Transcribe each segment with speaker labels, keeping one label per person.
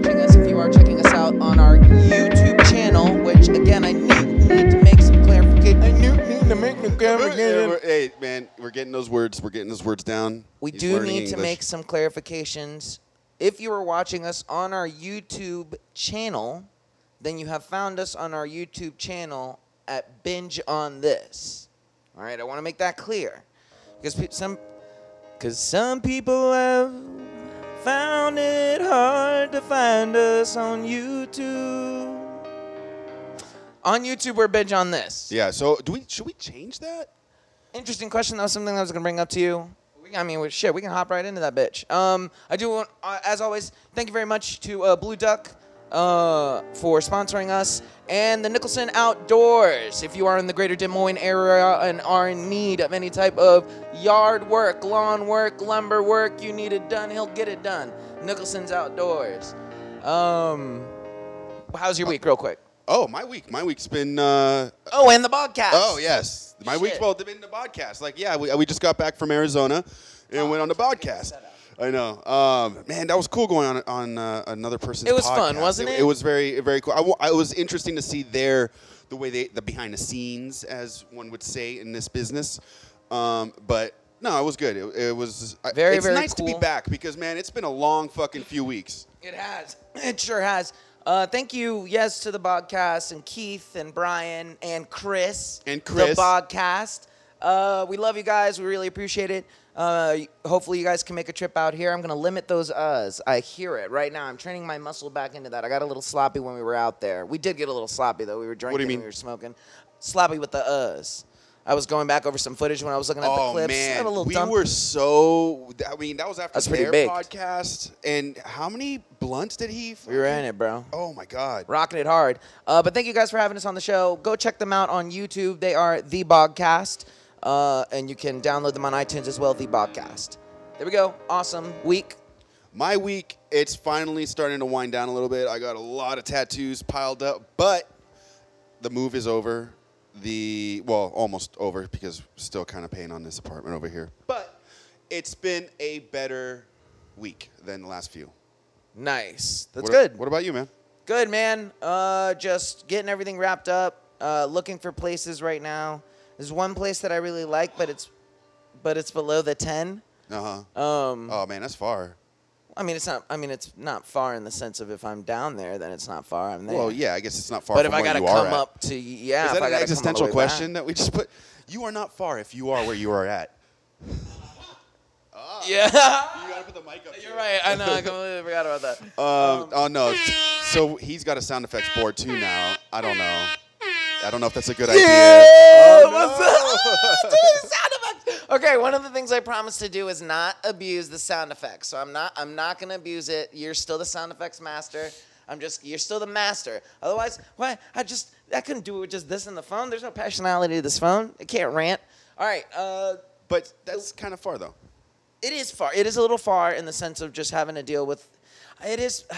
Speaker 1: are checking us out on our YouTube channel, which again, I need, need to make some clarification. I need, need to make some
Speaker 2: Yeah,
Speaker 1: clarification.
Speaker 2: we're- hey, man, we're getting those words. We're getting those words down.
Speaker 1: We
Speaker 2: He's
Speaker 1: do
Speaker 2: learning
Speaker 1: need to
Speaker 2: English.
Speaker 1: make some clarifications. If you are watching us on our YouTube channel, then you have found us on our YouTube channel at Binge on This. All right, I want to make that clear because pe- some because some people have found it hard to find us on YouTube. On YouTube, we're Binge on This.
Speaker 2: Yeah. So, do we? Should we change that?
Speaker 1: Interesting question. That was something that I was gonna bring up to you. We, I mean, we- shit, we can hop right into that bitch. Um, I do want, uh, as always, thank you very much to uh, Blue Duck uh, for sponsoring us and the Nicholson Outdoors. If you are in the greater Des Moines area and are in need of any type of yard work, lawn work, lumber work, you need it done, he'll get it done. Nicholson's Outdoors. Um, how's your week, real quick?
Speaker 2: Oh, my week. My week's been. Uh,
Speaker 1: Oh, and the podcast.
Speaker 2: oh yes, my
Speaker 1: Shit.
Speaker 2: week's well been the podcast. Like, yeah, we, we just got back from Arizona and went on the podcast. I know, um, man. That was cool going on on uh, another person's.
Speaker 1: It was fun,
Speaker 2: podcast.
Speaker 1: wasn't it?
Speaker 2: It was very very cool. I wa- I was interesting to see their the way they the behind the scenes, as one would say in this business. Um, but no, it was good. It, it was I-
Speaker 1: Very,
Speaker 2: It's
Speaker 1: very
Speaker 2: nice to
Speaker 1: cool.
Speaker 2: be back because man, it's been a long fucking few weeks.
Speaker 1: It has. It sure has. Uh, thank you, yes, to the podcast and Keith and Brian and Chris.
Speaker 2: And Chris.
Speaker 1: The podcast. Uh, we love you guys. We really appreciate it. Uh, hopefully, you guys can make a trip out here. I'm going to limit those uhs. I hear it right now. I'm training my muscle back into that. I got a little sloppy when we were out there. We did get a little sloppy, though. We were drinking
Speaker 2: do you mean?
Speaker 1: and we were smoking. Sloppy with the uhs. I was going back over some footage when I was looking at the
Speaker 2: Oh
Speaker 1: clips. I
Speaker 2: man,
Speaker 1: had a little
Speaker 2: we
Speaker 1: dump-
Speaker 2: were so. I mean, that was after
Speaker 1: That's pretty
Speaker 2: their
Speaker 1: baked.
Speaker 2: podcast. And how many blunts did he?
Speaker 1: we were in it, bro.
Speaker 2: Oh my god.
Speaker 1: rocking it hard. Uh, but thank you guys for having us on the show. Go check them out on YouTube. They are The Bogcast, uh, and you can download them on iTunes as well. The Bogcast. There we go. Awesome week.
Speaker 2: My week, it's finally starting to wind down a little bit. I got a lot of tattoos piled up, but the move is over. The well, almost over because still kind of paying on this apartment over here. But it's been a better week than the last few.
Speaker 1: Nice. That's
Speaker 2: What-
Speaker 1: good.
Speaker 2: What about you, man?
Speaker 1: Good man. Uh, just getting everything wrapped up. Uh, looking for places right now. There's one place that I really like, but it's but it's below the ten.
Speaker 2: Uh huh.
Speaker 1: Um,
Speaker 2: Oh man, that's far.
Speaker 1: I mean it's not. I mean it's not far in the sense of if I'm down there, then it's not far. I'm there.
Speaker 2: Well, yeah, I guess it's not far.
Speaker 1: but if
Speaker 2: from
Speaker 1: I
Speaker 2: where
Speaker 1: gotta
Speaker 2: you are
Speaker 1: come
Speaker 2: at.
Speaker 1: up to yeah,
Speaker 2: Is
Speaker 1: if
Speaker 2: that
Speaker 1: I gotta come
Speaker 2: an
Speaker 1: all the
Speaker 2: existential
Speaker 1: way back.
Speaker 2: question that we just put? You are not far if you are where you are at.
Speaker 1: Yeah.
Speaker 2: You gotta put the mic up.
Speaker 1: You're right. I know. I completely forgot about that.
Speaker 2: Um, oh no. So he's got a sound effects board too now. I don't know. I don't know if that's a good idea. Oh,
Speaker 1: What's up? Dude, sound effects. Okay, one of the things I promised to do is not abuse the sound effects. So I'm not. I'm not gonna abuse it. You're still the sound effects master. I'm just. You're still the master. Otherwise, why? I just. I couldn't do it with just this and the phone. There's no passionality to this phone. It can't rant. All right. Uh,
Speaker 2: But that's kind of far though.
Speaker 1: it is far. It is a little far in the sense of just having to deal with. It is.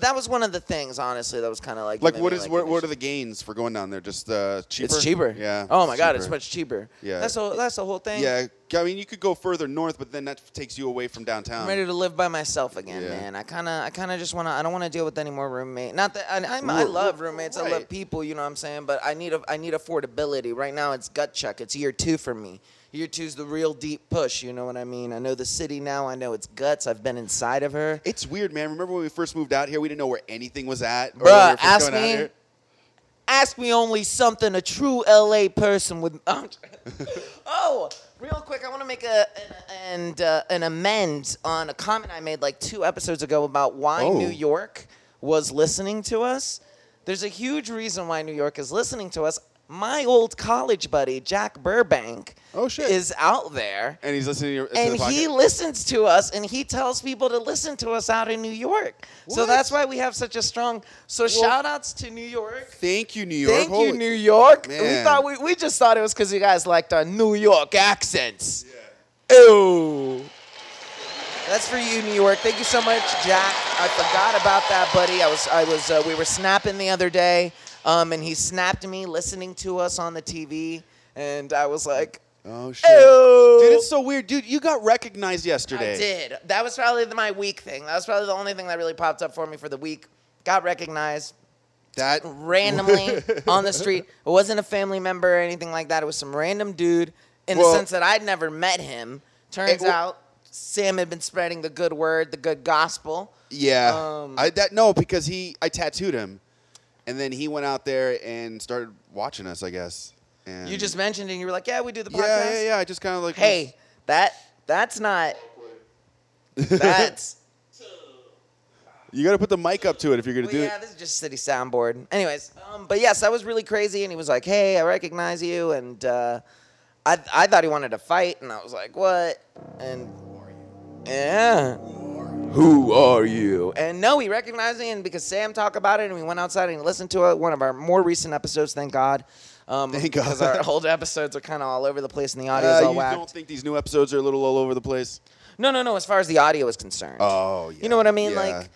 Speaker 1: that was one of the things, honestly, that was kind of like.
Speaker 2: Like,
Speaker 1: made
Speaker 2: what
Speaker 1: me
Speaker 2: is what,
Speaker 1: an
Speaker 2: what
Speaker 1: issue.
Speaker 2: are the gains for going down there? Just uh, cheaper.
Speaker 1: It's cheaper.
Speaker 2: Yeah.
Speaker 1: Oh my god, it's
Speaker 2: cheaper.
Speaker 1: much cheaper.
Speaker 2: Yeah.
Speaker 1: That's the that's the whole thing.
Speaker 2: Yeah. I mean, you could go further north, but then that takes you away from downtown.
Speaker 1: I'm ready to live by myself again,
Speaker 2: Yeah.
Speaker 1: man. I kind of I kind of just want to I don't want to deal with any more roommate. Not that I I'm, I
Speaker 2: Right.
Speaker 1: love roommates. I love
Speaker 2: Right.
Speaker 1: people, you know what I'm saying, but I need a, I need affordability. Right now it's gut check. It's year 2 for me. Year two's the real deep push, you know what I mean? I know the city now. I know its guts. I've been inside of her.
Speaker 2: It's weird, man. Remember when we first moved out here? We didn't know where anything was at. or when we were
Speaker 1: Bruh,
Speaker 2: first
Speaker 1: ask
Speaker 2: coming out
Speaker 1: me,
Speaker 2: here?
Speaker 1: ask me only something a true LA person would. oh, real quick, I want to make a an and uh, an amend on a comment I made like two episodes ago about why
Speaker 2: Oh.
Speaker 1: New York was listening to us. There's a huge reason why New York is listening to us. My old college buddy Jack Burbank
Speaker 2: Oh, shit.
Speaker 1: is out there
Speaker 2: And he's listening to, your, to the
Speaker 1: and
Speaker 2: podcast.
Speaker 1: he listens to us and he tells people to listen to us out in New York. So
Speaker 2: What?
Speaker 1: that's why we have such a strong. So shout outs to New York.
Speaker 2: Thank you, New York.
Speaker 1: Thank
Speaker 2: Holy-
Speaker 1: you, New York. We
Speaker 2: Man.
Speaker 1: thought we, we just thought it was because you guys liked our New York accents. Ew. That's for you, New York. Thank you so much, Jack. I forgot about that, buddy. I was, I was, uh, we were snapping the other day, um, and he snapped me listening to us on the TV, and I was like,
Speaker 2: Oh shit.
Speaker 1: "Ew."
Speaker 2: Dude, it's so weird. Dude, you got recognized yesterday.
Speaker 1: I did. That was probably the, my week thing. That was probably the only thing that really popped up for me for the week. got recognized
Speaker 2: That
Speaker 1: randomly on the street. It wasn't a family member or anything like that. It was some random dude in
Speaker 2: Well-
Speaker 1: the sense that I'd never met him. Turns
Speaker 2: well-
Speaker 1: out Sam had been spreading the good word, the good gospel.
Speaker 2: Yeah.
Speaker 1: Um,
Speaker 2: I that no because he I tattooed him, and then he went out there and started watching us. I guess. And
Speaker 1: You just mentioned it and you were like, yeah, we do the podcast.
Speaker 2: yeah yeah yeah. I just kind of like
Speaker 1: Hey, that that's not that's
Speaker 2: you got to put the mic up to it if you're gonna
Speaker 1: Well,
Speaker 2: do
Speaker 1: yeah, this is just city soundboard. Anyways, um, but yes, that was really crazy, and he was like, "Hey, I recognize you," and uh, I I thought he wanted to fight, and I was like, "What?" And yeah, who are you? And no, he recognized me, and because Sam talked about it, and we went outside and listened to it, one of our more recent episodes. Thank God. Um,
Speaker 2: Thank God.
Speaker 1: because our old episodes are kind of all over the place, and the
Speaker 2: it.
Speaker 1: audio's
Speaker 2: Uh,
Speaker 1: all
Speaker 2: you don't
Speaker 1: whacked.
Speaker 2: think these new episodes are a little all over the place?
Speaker 1: No, no, no. As far as the audio is concerned.
Speaker 2: Oh yeah.
Speaker 1: You know what I mean?
Speaker 2: yeah.
Speaker 1: Like,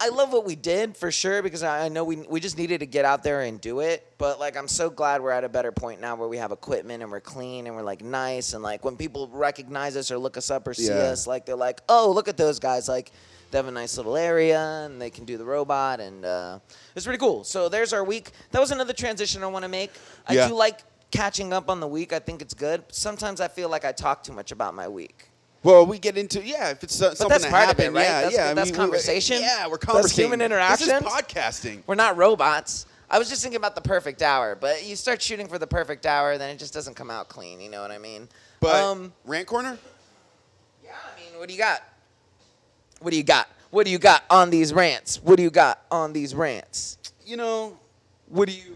Speaker 1: I love what we did for sure because I I know we we just needed to get out there and do it. But like, I'm so glad we're at a better point now where we have equipment and we're clean and we're like nice and like when people recognize us or look us up or see
Speaker 2: Yeah.
Speaker 1: us, like they're like, oh, look at those guys, like. They have a nice little area, and they can do the robot, and uh, it's pretty cool. So there's our week. That was another transition I want to make. I
Speaker 2: Yeah.
Speaker 1: do like catching up on the week. I think it's good. Sometimes I feel like I talk too much about my week.
Speaker 2: Well, we get into yeah. If it's so- something
Speaker 1: that's
Speaker 2: that
Speaker 1: part of it,
Speaker 2: happened,
Speaker 1: right?
Speaker 2: yeah,
Speaker 1: That's-
Speaker 2: yeah. I
Speaker 1: that's
Speaker 2: mean, we-
Speaker 1: conversation.
Speaker 2: yeah, we're conversing.
Speaker 1: That's human interaction.
Speaker 2: This is podcasting.
Speaker 1: We're not robots. I was just thinking about the perfect hour, but you start shooting for the perfect hour, then it just doesn't come out clean. You know what I mean?
Speaker 2: But
Speaker 1: Um,
Speaker 2: rant corner.
Speaker 1: yeah, I mean, what do you got? What do you got? What do you got on these rants? What do you got on these rants?
Speaker 2: You know.
Speaker 1: What do you?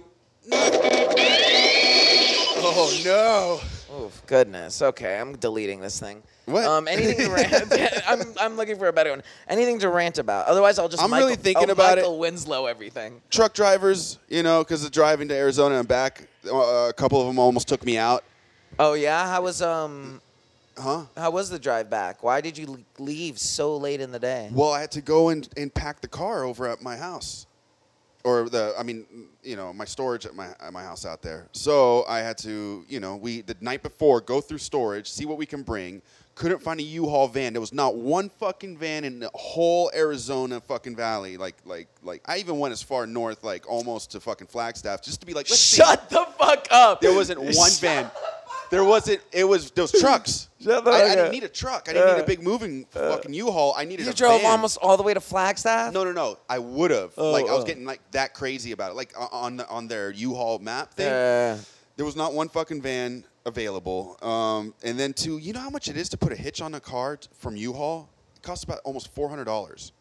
Speaker 2: Oh no.
Speaker 1: Oh goodness. Okay, I'm deleting this thing.
Speaker 2: What?
Speaker 1: Um, anything to rant? I'm, I'm looking for a better one. Anything to rant about? Otherwise, I'll just.
Speaker 2: I'm
Speaker 1: Michael,
Speaker 2: really thinking
Speaker 1: oh,
Speaker 2: about it.
Speaker 1: Michael Winslow everything.
Speaker 2: truck drivers, you know, because the driving to Arizona and back, uh, a couple of them almost took me out.
Speaker 1: Oh yeah, how was um
Speaker 2: Huh?
Speaker 1: how was the drive back? Why did you le- leave so late in the day?
Speaker 2: Well, I had to go and, and pack the car over at my house, or the I mean, you know, my storage at my at my house out there. So I had to, you know, we the night before go through storage, see what we can bring. Couldn't find a U-Haul van. There was not one fucking van in the whole Arizona fucking valley. Like, like, like. I even went as far north, like almost to fucking Flagstaff, just to be like, Let's see.
Speaker 1: Shut the fuck up.
Speaker 2: There wasn't one
Speaker 1: Shut
Speaker 2: van. There wasn't. It was those trucks.
Speaker 1: Shut the
Speaker 2: I, I
Speaker 1: fuck up.
Speaker 2: didn't need a truck. I didn't need
Speaker 1: Uh,
Speaker 2: a big moving fucking U-Haul. I needed
Speaker 1: You
Speaker 2: a
Speaker 1: drove
Speaker 2: van.
Speaker 1: almost all the way to Flagstaff?
Speaker 2: No, no, no. I would have.
Speaker 1: Oh,
Speaker 2: like I was
Speaker 1: oh.
Speaker 2: getting like that crazy about it. Like o- on the, on their U-Haul map thing,
Speaker 1: Yeah.
Speaker 2: there was not one fucking van available. Um, and then two, you know how much it is to put a hitch on a car t- from U-Haul? It costs about almost four hundred dollars.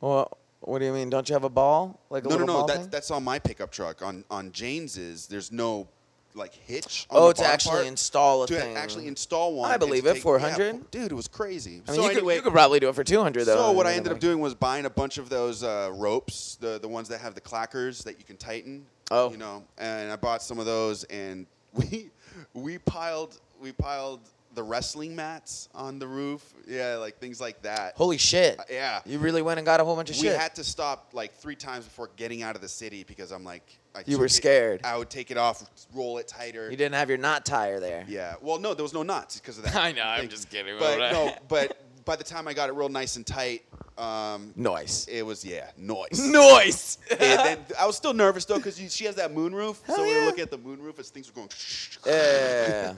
Speaker 1: Well, what do you mean? Don't you have a ball? Like a
Speaker 2: No, no,
Speaker 1: little
Speaker 2: no.
Speaker 1: ball
Speaker 2: That's
Speaker 1: thing?
Speaker 2: that's on my pickup truck. On on James's, there's no like hitch. On
Speaker 1: oh,
Speaker 2: the
Speaker 1: to
Speaker 2: bottom
Speaker 1: actually
Speaker 2: part.
Speaker 1: install a
Speaker 2: to
Speaker 1: thing.
Speaker 2: actually install one.
Speaker 1: I
Speaker 2: and to
Speaker 1: believe it,
Speaker 2: take- yeah,
Speaker 1: 400.
Speaker 2: dude, it was crazy.
Speaker 1: I mean,
Speaker 2: so
Speaker 1: you,
Speaker 2: anyway,
Speaker 1: could, you could probably do it for 200 though.
Speaker 2: so what I ended up doing was buying a bunch of those uh, ropes, the the ones that have the clackers that you can tighten.
Speaker 1: Oh.
Speaker 2: you know, and I bought some of those, and we we piled we piled the wrestling mats on the roof. Yeah, like things like that.
Speaker 1: Holy shit.
Speaker 2: Uh, yeah.
Speaker 1: You really went and got a whole bunch of
Speaker 2: we
Speaker 1: shit.
Speaker 2: had to stop like three times before getting out of the city because I'm like, I
Speaker 1: You
Speaker 2: took
Speaker 1: were
Speaker 2: it-
Speaker 1: scared.
Speaker 2: I would take it off, roll it tighter.
Speaker 1: you didn't have your knot tire there.
Speaker 2: Yeah. Well, no, there was no knots because of that.
Speaker 1: I know, I'm
Speaker 2: thing.
Speaker 1: just kidding.
Speaker 2: But no, but by the time I got it real nice and tight, um,
Speaker 1: Noise.
Speaker 2: it was yeah, noise.
Speaker 1: Noise.
Speaker 2: and then I was still nervous though because she has that moon roof, so
Speaker 1: Hell
Speaker 2: we were
Speaker 1: yeah.
Speaker 2: looking at the moon roof as things were going.
Speaker 1: Yeah.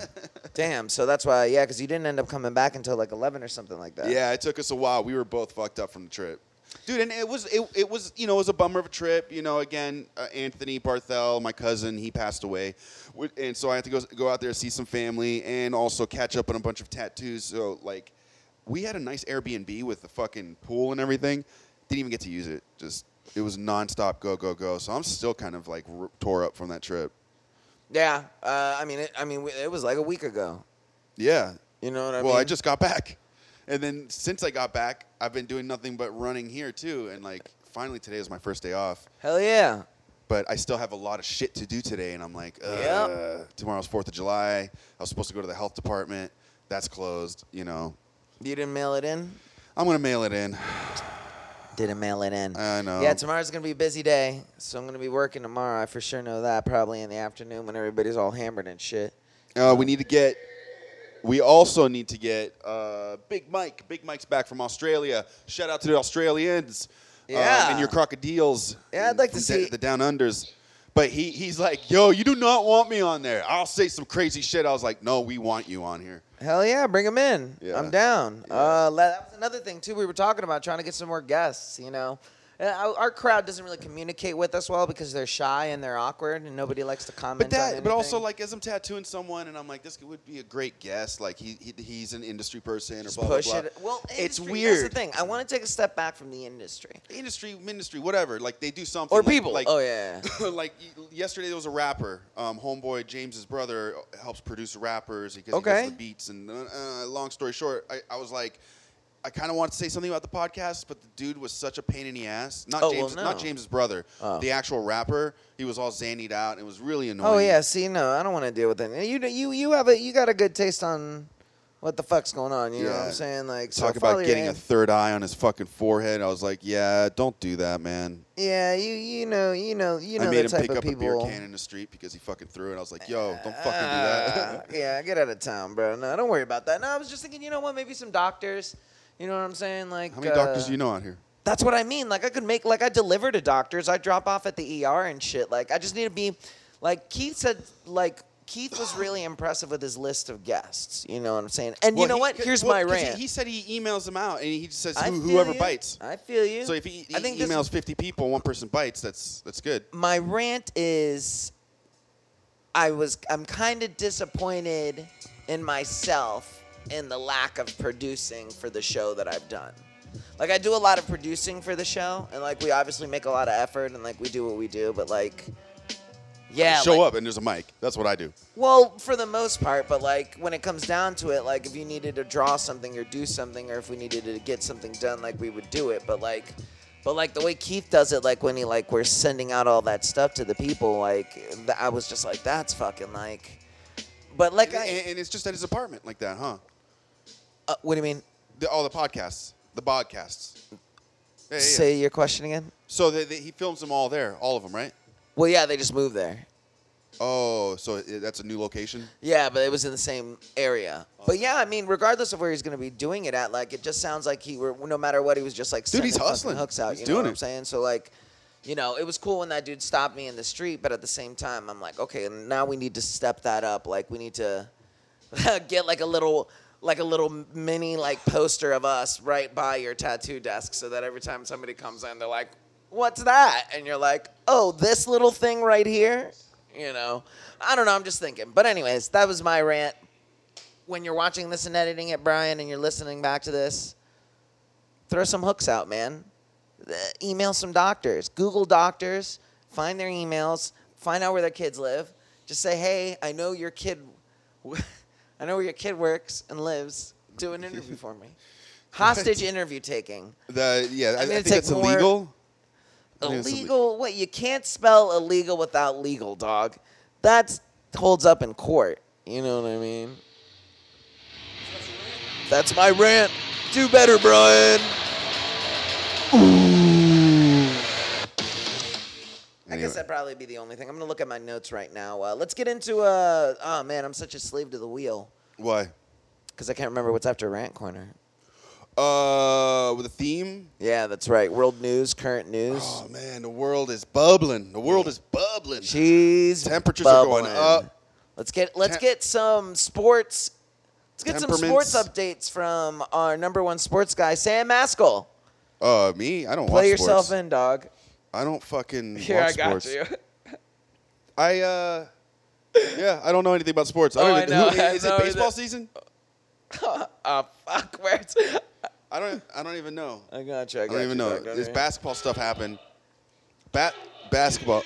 Speaker 1: Damn. So that's why, yeah, because you didn't end up coming back until like 11 or something like that.
Speaker 2: Yeah, it took us a while. We were both fucked up from the trip. Dude, and it was it, it was you know it was a bummer of a trip. You know, again, uh, Anthony Barthel, my cousin, he passed away, Wi- and so I had to go go out there see some family and also catch up on a bunch of tattoos. So like, we had a nice Airbnb with the fucking pool and everything. Didn't even get to use it. Just it was nonstop go go go. So I'm still kind of like r- tore up from that trip.
Speaker 1: Yeah. Uh, I mean, it, I mean, we- it was like a week ago.
Speaker 2: Yeah.
Speaker 1: You know what I
Speaker 2: well,
Speaker 1: mean?
Speaker 2: I just got back, and then since I got back, I've been doing nothing but running here too. And like, finally, today is my first day off,
Speaker 1: Hell yeah.
Speaker 2: but I still have a lot of shit to do today. And I'm like, uh,
Speaker 1: Yep.
Speaker 2: tomorrow's Fourth of July. I was supposed to go to the health department. That's closed. You know,
Speaker 1: You didn't mail it in?
Speaker 2: I'm gonna mail it in.
Speaker 1: Didn't mail it in.
Speaker 2: I know.
Speaker 1: Yeah, tomorrow's going to be a busy day, so I'm going to be working tomorrow. I for sure know that, probably in the afternoon when everybody's all hammered and shit.
Speaker 2: Uh, we need to get. We also need to get uh, Big Mike. Big Mike's back from Australia. Shout out to the Australians.
Speaker 1: Yeah.
Speaker 2: and your crocodiles.
Speaker 1: Yeah, I'd like to
Speaker 2: from
Speaker 1: see-
Speaker 2: da- the down unders. But he he's like, yo, you do not want me on there. I'll say some crazy shit. I was like, no, we want you on here.
Speaker 1: Hell yeah, bring them in.
Speaker 2: Yeah.
Speaker 1: I'm down.
Speaker 2: Yeah.
Speaker 1: Uh, la- that was another thing too. We were talking about trying to get some more guests. You know, And our our crowd doesn't really communicate with us well because they're shy and they're awkward, and nobody likes to comment.
Speaker 2: But
Speaker 1: on
Speaker 2: that, but also
Speaker 1: anything.
Speaker 2: like as I'm tattooing someone, and I'm like, this would be a great guest. Like he, he he's an industry person or
Speaker 1: Just
Speaker 2: blah blah
Speaker 1: push
Speaker 2: blah.
Speaker 1: it. Well,
Speaker 2: it's
Speaker 1: industry,
Speaker 2: weird.
Speaker 1: That's the thing. I want to take a step back from the industry
Speaker 2: Industry, ministry, whatever. Like they do something.
Speaker 1: or
Speaker 2: like-
Speaker 1: people.
Speaker 2: Like,
Speaker 1: oh yeah. yeah.
Speaker 2: like y- yesterday, there was a rapper, um, homeboy James's brother helps produce rappers because he
Speaker 1: Okay.
Speaker 2: does the beats. And uh, uh, long story short, I, I was like, I kind of want to say something about the podcast, but the dude was such a pain in the ass. Not
Speaker 1: Oh, well,
Speaker 2: James,
Speaker 1: no.
Speaker 2: not James's brother,
Speaker 1: Oh.
Speaker 2: the actual rapper. He was all zannied out. and It was really annoying.
Speaker 1: Oh yeah. See, no, I don't want to deal with it. You you you have a you got a good taste on what the fuck's going on. You know what
Speaker 2: Yeah.
Speaker 1: I'm saying? Like so
Speaker 2: Talk
Speaker 1: follow
Speaker 2: about
Speaker 1: your
Speaker 2: getting a
Speaker 1: in-
Speaker 2: third eye on his fucking forehead. I was like, yeah, don't do that, man.
Speaker 1: yeah. You you know you know you know
Speaker 2: I
Speaker 1: the
Speaker 2: made him
Speaker 1: type
Speaker 2: pick
Speaker 1: of
Speaker 2: up a
Speaker 1: people.
Speaker 2: beer can in the street because he fucking threw it. I was like, yo, don't fucking do that.
Speaker 1: Ah, yeah, get out of town, bro. No, don't worry about that. No, I was just thinking, you know what? Maybe some doctors. You know what I'm saying? Like
Speaker 2: How many doctors
Speaker 1: uh,
Speaker 2: do you know out here?
Speaker 1: That's what I mean. Like I could make like I deliver to doctors. I drop off at the ER and shit. Like I just need to be like Keith said like Keith was really impressive with his list of guests. You know what I'm saying? And you
Speaker 2: Well,
Speaker 1: know
Speaker 2: he-
Speaker 1: what?
Speaker 2: 'cause-
Speaker 1: Here's
Speaker 2: well,
Speaker 1: my
Speaker 2: 'cause he-
Speaker 1: rant.
Speaker 2: He, said he emails them out, and he just says
Speaker 1: I
Speaker 2: who,
Speaker 1: feel
Speaker 2: whoever
Speaker 1: you.
Speaker 2: bites.
Speaker 1: I feel you.
Speaker 2: So if he, he
Speaker 1: I think this-
Speaker 2: emails 50 people, and one person bites, that's that's good.
Speaker 1: my rant is I was I'm kind of disappointed in myself in the lack of producing for the show that I've done. Like I do a lot of producing for the show and like we obviously make a lot of effort and like we do what we do but like yeah,
Speaker 2: Show
Speaker 1: like-
Speaker 2: up, and there's a mic. That's what I do.
Speaker 1: well, for the most part, but like when it comes down to it, like if you needed to draw something or do something, or if we needed to get something done, like we would do it. But like, but like the way Keith does it, like when he like we're sending out all that stuff to the people, like th- I was just like, that's fucking like. But like,
Speaker 2: And,
Speaker 1: I,
Speaker 2: and it's just at his apartment like that, huh?
Speaker 1: uh, what do you mean?
Speaker 2: The, all the podcasts, the podcasts. Yeah, yeah, yeah.
Speaker 1: Say your question again.
Speaker 2: So they, they, he films them all there, all of them, right?
Speaker 1: Well, yeah, they just moved there.
Speaker 2: Oh, so it, that's a new location.
Speaker 1: Yeah, but it was in the same area. But yeah, I mean, regardless of where he's gonna be doing it at, like it just sounds like he were no matter what he was just like
Speaker 2: Dude, he's
Speaker 1: sending fucking
Speaker 2: hustling.
Speaker 1: hooks out.
Speaker 2: He's
Speaker 1: you know
Speaker 2: doing
Speaker 1: what
Speaker 2: it.
Speaker 1: I'm saying? So like, you know, it was cool when that dude stopped me in the street, but at the same time, I'm like, okay, now we need to step that up. Like we need to get like a little like a little mini like poster of us right by your tattoo desk so that every time somebody comes in they're like what's that and you're like oh this little thing right here you know i don't know i'm just thinking but anyways that was my rant when you're watching this and editing it brian and you're listening back to this throw some hooks out man Uh, email some doctors google doctors find their emails find out where their kids live just say hey i know your kid i know where your kid works and lives do an interview for me hostage interview taking
Speaker 2: The yeah, I,
Speaker 1: I'm
Speaker 2: I
Speaker 1: gonna
Speaker 2: think
Speaker 1: take
Speaker 2: that's
Speaker 1: more-
Speaker 2: illegal. I think it's ille-
Speaker 1: illegal what you can't spell illegal without legal dog that holds up in court you know what i mean that's my rant do better brian I guess
Speaker 2: Anyway.
Speaker 1: that'd probably be the only thing. I'm gonna look at my notes right now. Uh, let's get into. Uh, oh man, I'm such a slave to the wheel
Speaker 2: Why?
Speaker 1: because I can't remember what's after rant corner.
Speaker 2: Uh, with a theme.
Speaker 1: Yeah, that's right. World news, current news.
Speaker 2: Oh man, the world is bubbling. The world is bubbling.
Speaker 1: Cheese.
Speaker 2: Temperatures are going
Speaker 1: bubbling.
Speaker 2: up.
Speaker 1: Let's get let's
Speaker 2: Tem-
Speaker 1: get some sports. Let's get some sports
Speaker 2: Temperaments.
Speaker 1: updates from our number one sports guy, Sam Maskell.
Speaker 2: Uh, me? I don't watch
Speaker 1: Play yourself
Speaker 2: sports.
Speaker 1: in, dog.
Speaker 2: I don't fucking
Speaker 1: Here,
Speaker 2: watch
Speaker 1: I got
Speaker 2: sports.
Speaker 1: you.
Speaker 2: I uh, yeah, I don't know anything about sports. I
Speaker 1: Oh,
Speaker 2: don't
Speaker 1: I
Speaker 2: even,
Speaker 1: know.
Speaker 2: who-
Speaker 1: I
Speaker 2: is
Speaker 1: know
Speaker 2: it baseball
Speaker 1: that-
Speaker 2: season?
Speaker 1: oh fuck, where's?
Speaker 2: I don't. I don't even know. I
Speaker 1: I got you. I, got
Speaker 2: don't even
Speaker 1: you,
Speaker 2: know.
Speaker 1: dog. Don't
Speaker 2: This
Speaker 1: worry.
Speaker 2: basketball stuff happened. Bat basketball.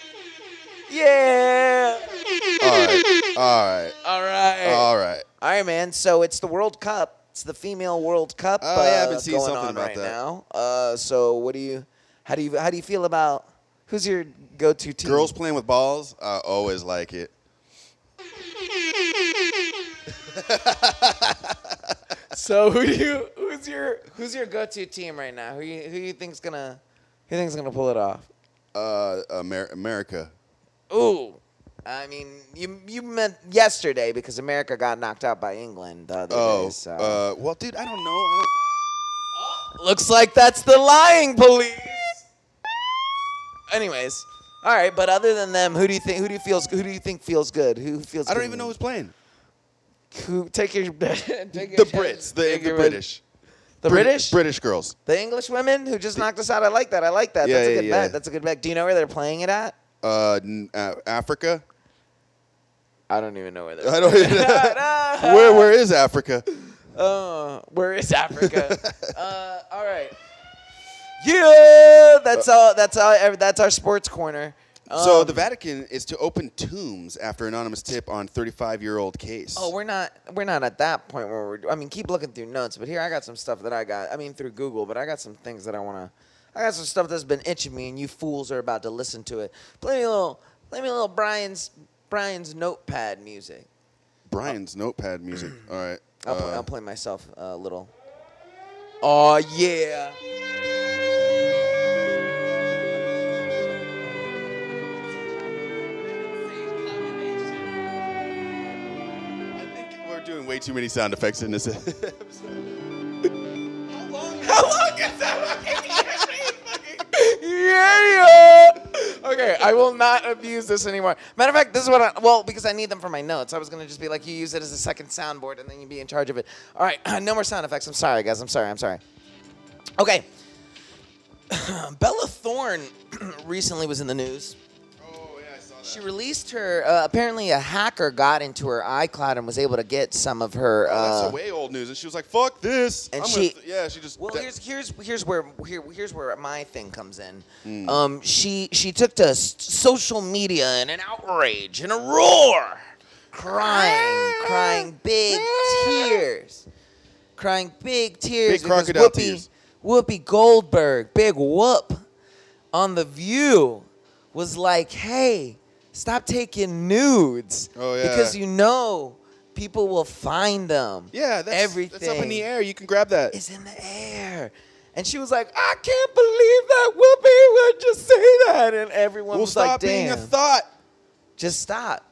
Speaker 1: Yeah.
Speaker 2: All right. All right.
Speaker 1: All right.
Speaker 2: All right.
Speaker 1: All right, man. So it's the World Cup. It's the female World Cup.
Speaker 2: Oh, yeah, I've
Speaker 1: uh,
Speaker 2: been seeing
Speaker 1: going
Speaker 2: something
Speaker 1: on
Speaker 2: about
Speaker 1: right
Speaker 2: that.
Speaker 1: now. Uh, so what do you? How do you? How do you feel about? Who's your go-to team?
Speaker 2: Girls playing with balls. I always like it.
Speaker 1: So who do you? Who's your? Who's your go-to team right now? Who you? Who you think's gonna? Who you think's gonna pull it off?
Speaker 2: Uh, Amer- America.
Speaker 1: Ooh. I mean, you you meant yesterday because America got knocked out by England the other
Speaker 2: Oh.
Speaker 1: day. So.
Speaker 2: Uh, well, dude, I don't know. I don't-
Speaker 1: Looks like that's the lying police. Anyways, all right. But other than them, who do you think? Who do you feels? Who do you think feels good? Who feels?
Speaker 2: I don't
Speaker 1: good?
Speaker 2: even know who's playing.
Speaker 1: Who take your take your
Speaker 2: The Brits, the,
Speaker 1: take
Speaker 2: the
Speaker 1: your-
Speaker 2: British.
Speaker 1: the
Speaker 2: Brit-
Speaker 1: British,
Speaker 2: British girls.
Speaker 1: the English women who just knocked us out. I like that. I like that.
Speaker 2: Yeah,
Speaker 1: That's a
Speaker 2: yeah,
Speaker 1: good
Speaker 2: yeah.
Speaker 1: bet. That's a good bet. Do you know where they're playing it at?
Speaker 2: Uh, n- uh, Africa.
Speaker 1: I don't even know where they're.
Speaker 2: I don't. where where is Africa?
Speaker 1: Uh, where is Africa? uh, all right. Yeah, that's all. That's all. ev- That's our sports corner.
Speaker 2: Uh, so
Speaker 1: Um,
Speaker 2: the Vatican is to open tombs after anonymous tip on 35-year-old case.
Speaker 1: Oh, we're not we're not at that point where we're. I mean, keep looking through notes, but here I got some stuff that I got. I mean, through Google, but I got some things that I want to. I got some stuff that's been itching me, and you fools are about to listen to it. Play me a little. Play me a little Brian's Brian's notepad music.
Speaker 2: Brian's notepad music. All right.
Speaker 1: I'll, play,
Speaker 2: uh,
Speaker 1: I'll play myself a little. Oh yeah.
Speaker 2: I think we're doing way too many sound effects in this episode.
Speaker 1: How long is that fucking Yeah. Okay, I will not abuse this anymore. Matter of fact, this is what I well because I need them for my notes. I was gonna just be like, you use it as a second soundboard, and then you'd be in charge of it. All right, no more sound effects. I'm sorry, guys. I'm sorry. I'm sorry. Okay. Bella Thorne recently was in the news.
Speaker 2: Oh yeah, I saw that.
Speaker 1: She released her. Uh, apparently, a hacker got into her iCloud and was able to get some of her.
Speaker 2: Oh,
Speaker 1: uh,
Speaker 2: that's a way old news, and she was like, "Fuck this!"
Speaker 1: And
Speaker 2: I'm
Speaker 1: she-
Speaker 2: gonna th- yeah, she just
Speaker 1: Well,
Speaker 2: that-
Speaker 1: here's here's here's where here, here's where my thing comes in.
Speaker 2: Hmm.
Speaker 1: Um, she she took to s- social media in an outrage and a roar, crying,
Speaker 2: Ah.
Speaker 1: crying big tears, crying big tears.
Speaker 2: Big
Speaker 1: because
Speaker 2: crocodile
Speaker 1: Whoopi,
Speaker 2: tears.
Speaker 1: Whoopi Goldberg, big whoop, on the View, was like, "Hey, stop taking nudes
Speaker 2: Oh, yeah.
Speaker 1: because you know people will find them.
Speaker 2: yeah, that's
Speaker 1: everything
Speaker 2: That's up in the air. You can grab that.
Speaker 1: is in the air. And she was like, I can't believe that Whoopi would just say that. And everyone
Speaker 2: We'll
Speaker 1: was
Speaker 2: stop
Speaker 1: like,
Speaker 2: being
Speaker 1: damn,
Speaker 2: a thought.
Speaker 1: just stop.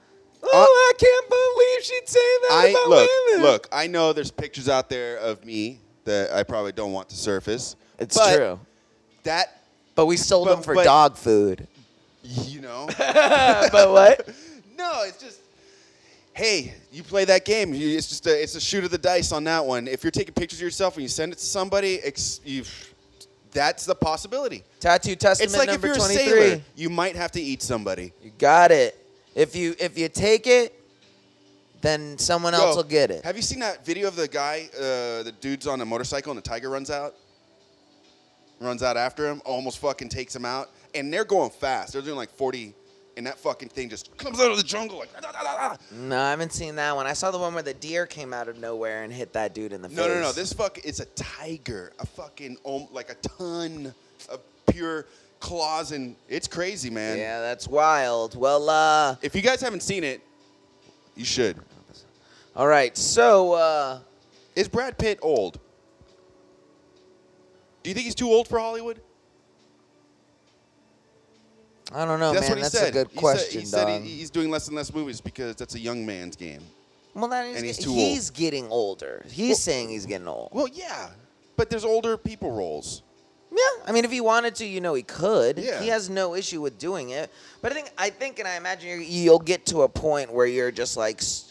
Speaker 1: Oh, I can't believe she'd say that
Speaker 2: I
Speaker 1: about
Speaker 2: look,
Speaker 1: women.
Speaker 2: look. I know there's pictures out there of me that I probably don't want to surface.
Speaker 1: It's
Speaker 2: but
Speaker 1: true.
Speaker 2: That
Speaker 1: But we sold
Speaker 2: but-
Speaker 1: them for
Speaker 2: but-
Speaker 1: dog food.
Speaker 2: you know.
Speaker 1: but what?
Speaker 2: No, it's just. Hey, you play that game. You, it's just a, it's a shoot of the dice on that one. If you're taking pictures of yourself and you send it to somebody, ex- you, that's the possibility.
Speaker 1: Tattoo testament
Speaker 2: It's like if
Speaker 1: number
Speaker 2: you're a
Speaker 1: 23.
Speaker 2: sailor, you might have to eat somebody.
Speaker 1: You got it. If you if you take it, then someone else
Speaker 2: Yo,
Speaker 1: will get it.
Speaker 2: Have you seen that video of the guy, uh, the dude's on a motorcycle and the tiger runs out? Runs out after him, almost fucking takes him out. And they're going fast. They're doing like 40, and that fucking thing just comes out of the jungle like. "Ah, da, da, da, da."
Speaker 1: No, I haven't seen that one. I saw the one where the deer came out of nowhere and hit that dude in the
Speaker 2: No,
Speaker 1: face.
Speaker 2: no, no. This fuck it's a tiger, a fucking om- like a ton of pure claws, and it's crazy, man.
Speaker 1: Yeah, that's wild. Well, uh,
Speaker 2: If you guys haven't seen it, you should.
Speaker 1: All right, so uh,
Speaker 2: Is Brad Pitt old? Do you think he's too old for Hollywood?
Speaker 1: I don't know,
Speaker 2: that's
Speaker 1: Oh, man.
Speaker 2: what he
Speaker 1: that's
Speaker 2: said.
Speaker 1: a good
Speaker 2: He said-
Speaker 1: question,
Speaker 2: he said
Speaker 1: dog.
Speaker 2: he- he's doing less and less movies because that's a young man's game.
Speaker 1: well, that is,
Speaker 2: and he's
Speaker 1: he's,
Speaker 2: too old.
Speaker 1: getting older. He's
Speaker 2: Well-
Speaker 1: saying he's getting old.
Speaker 2: Well, yeah, but there's older people roles.
Speaker 1: yeah, I mean, if he wanted to, you know, he could.
Speaker 2: Yeah.
Speaker 1: He has no issue with doing it. But I think, I think, and I imagine you're, you'll get to a point where you're just like, s-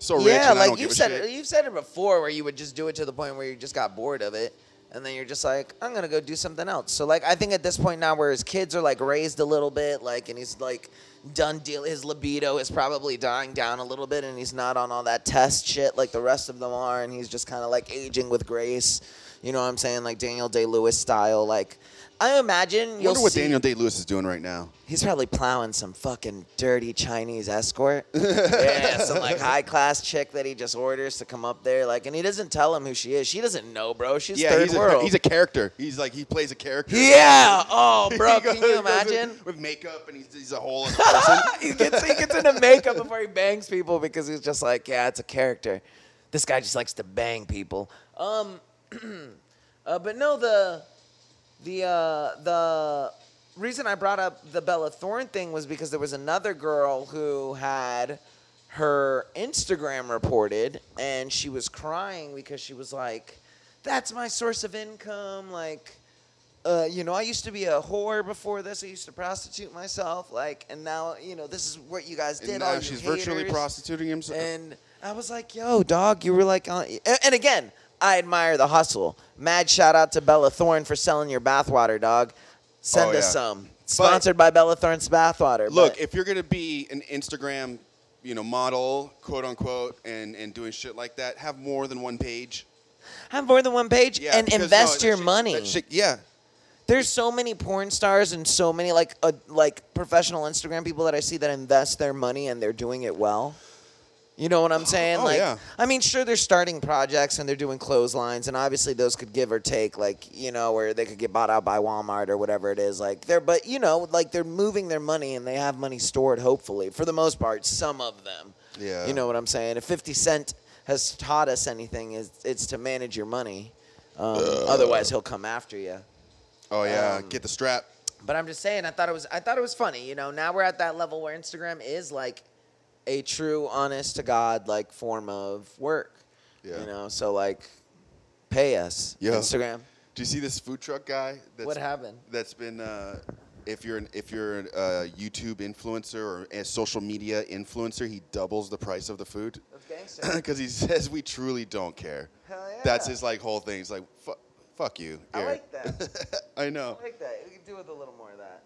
Speaker 2: So rich,
Speaker 1: yeah,
Speaker 2: and I
Speaker 1: like
Speaker 2: don't
Speaker 1: you've
Speaker 2: give a
Speaker 1: said
Speaker 2: shit.
Speaker 1: it, you've said it before, where you would just do it to the point where you just got bored of it, and then you're just like, I'm gonna go do something else. So like, I think at this point now, where his kids are like raised a little bit, like, and he's like done deal, his libido is probably dying down a little bit, and he's not on all that test shit like the rest of them are, and he's just kind of like aging with grace. You know what I'm saying, like Daniel Day Lewis style, like. I imagine
Speaker 2: I
Speaker 1: you'll
Speaker 2: wonder what
Speaker 1: see-
Speaker 2: Daniel Day Lewis is doing right now.
Speaker 1: He's probably plowing some fucking dirty Chinese escort. yeah, some like high class chick that he just orders to come up there. Like, and he doesn't tell him who she is. She doesn't know, bro. She's third
Speaker 2: he's
Speaker 1: world.
Speaker 2: A, he's a character. He's like he plays a character.
Speaker 1: yeah. Oh, bro,
Speaker 2: He goes-
Speaker 1: can you
Speaker 2: he goes in
Speaker 1: imagine?
Speaker 2: with makeup and he's, he's a whole other person.
Speaker 1: he gets he gets into makeup before he bangs people because he's just like, yeah, it's a character. This guy just likes to bang people. Um, uh, but no, the the uh, the reason I brought up the Bella Thorne thing was because there was another girl who had her Instagram reported, and she was crying because she was like, "That's my source of income," like uh, you know, I used to be a whore before this. I used to prostitute myself, like, and now, you know, this is what you guys did.
Speaker 2: And
Speaker 1: all
Speaker 2: now
Speaker 1: you
Speaker 2: she's virtually
Speaker 1: haters."
Speaker 2: prostituting himself.
Speaker 1: And I was like, yo, dog, you were like, on. And, and again, I admire the hustle. Mad shout out to Bella Thorne for selling your bathwater, dog. Send
Speaker 2: Oh,
Speaker 1: us
Speaker 2: yeah.
Speaker 1: some. Sponsored by Bella Thorne's bathwater.
Speaker 2: uh, Look,
Speaker 1: but-
Speaker 2: if you're gonna be an Instagram, you know, model, quote unquote, and and doing shit like that, have more than one page.
Speaker 1: have more than one page
Speaker 2: Yeah,
Speaker 1: and
Speaker 2: because, no,
Speaker 1: invest
Speaker 2: that
Speaker 1: your
Speaker 2: shit-
Speaker 1: money.
Speaker 2: that shit- yeah,
Speaker 1: There's so many porn stars and so many like uh, like professional Instagram people that I see that invest their money and they're doing it well. You know what I'm saying?
Speaker 2: Oh,
Speaker 1: like
Speaker 2: yeah.
Speaker 1: I mean, sure they're starting projects and they're doing clotheslines and obviously those could give or take like, you know, or they could get bought out by Walmart or whatever it is. Like they're but you know, like they're moving their money and they have money stored hopefully for the most part some of them.
Speaker 2: Yeah.
Speaker 1: You know what I'm saying? If 50 cent has taught us anything is it's to manage your money. Um, otherwise he'll come after you.
Speaker 2: oh yeah,
Speaker 1: Um,
Speaker 2: get the strap.
Speaker 1: But I'm just saying, I thought it was, I thought it was funny. You know, now we're at that level where Instagram is like a true, honest to God, like form of work.
Speaker 2: Yeah.
Speaker 1: You know, so like, pay us,
Speaker 2: Yeah.
Speaker 1: Instagram.
Speaker 2: Do you see this food truck guy? That's,
Speaker 1: What happened?
Speaker 2: That's been. Uh, if you're an, if you're a YouTube influencer or a social media influencer, he doubles the price of the food because he says we truly don't care.
Speaker 1: Hell
Speaker 2: That's
Speaker 1: yeah.
Speaker 2: his like whole thing. He's like, fuck, fuck you.
Speaker 1: I
Speaker 2: Here.
Speaker 1: like that.
Speaker 2: I know.
Speaker 1: like that. We could do with a little more of that.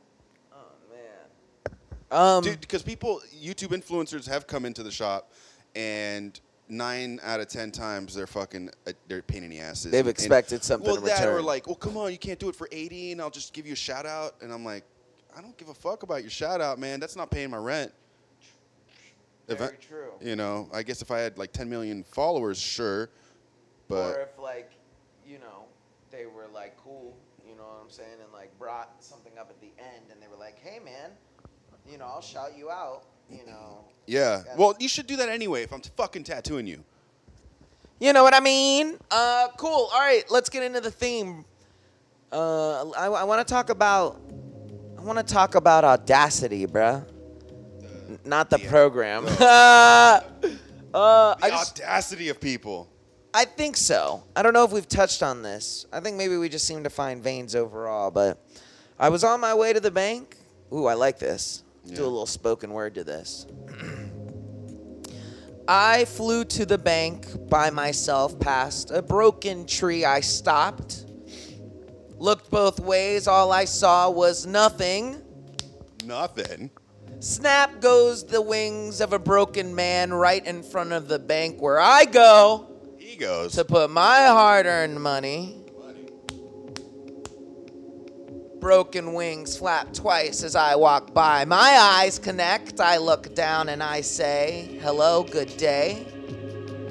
Speaker 1: Oh man. Um,
Speaker 2: dude because people youtube influencers have come into the shop and nine out of ten times they're fucking uh, they're a pain in the asses
Speaker 1: They've
Speaker 2: And-
Speaker 1: expected something
Speaker 2: well
Speaker 1: in
Speaker 2: that or
Speaker 1: return.
Speaker 2: like well come on you can't do it for 80 and i'll just give you a shout out and i'm like i don't give a fuck about your shout out man that's not paying my rent If I-
Speaker 1: Very true.
Speaker 2: you know i guess if i had like 10 million followers sure but
Speaker 1: or if like, you know, they were like cool, you know what I'm saying, and like brought something up at the end, and they were like, hey man, you know, I'll shout you out, you know.
Speaker 2: yeah
Speaker 1: Yeah.
Speaker 2: well you should do that anyway if i'm t- fucking tattooing you
Speaker 1: You know what I mean? Uh, cool. All right, let's get into the theme. Uh, I, I want to talk about. I want to talk about audacity, bruh. N- Not the
Speaker 2: yeah.
Speaker 1: program.
Speaker 2: No.
Speaker 1: uh,
Speaker 2: the
Speaker 1: I just-
Speaker 2: audacity of people
Speaker 1: I think so. I don't know if we've touched on this. I think maybe we just seem to find veins overall. But I was on my way to the bank. Ooh, I like this. Do
Speaker 2: Yeah.
Speaker 1: a little spoken word to this. I flew to the bank by myself past a broken tree. I stopped, looked both ways. All I saw was nothing.
Speaker 2: nothing
Speaker 1: Snap goes the wings of a broken man right in front of the bank where I go
Speaker 2: egos
Speaker 1: to put my hard earned money. Broken wings flap twice as I walk by. My eyes connect. I look down and I say, Hello, good day.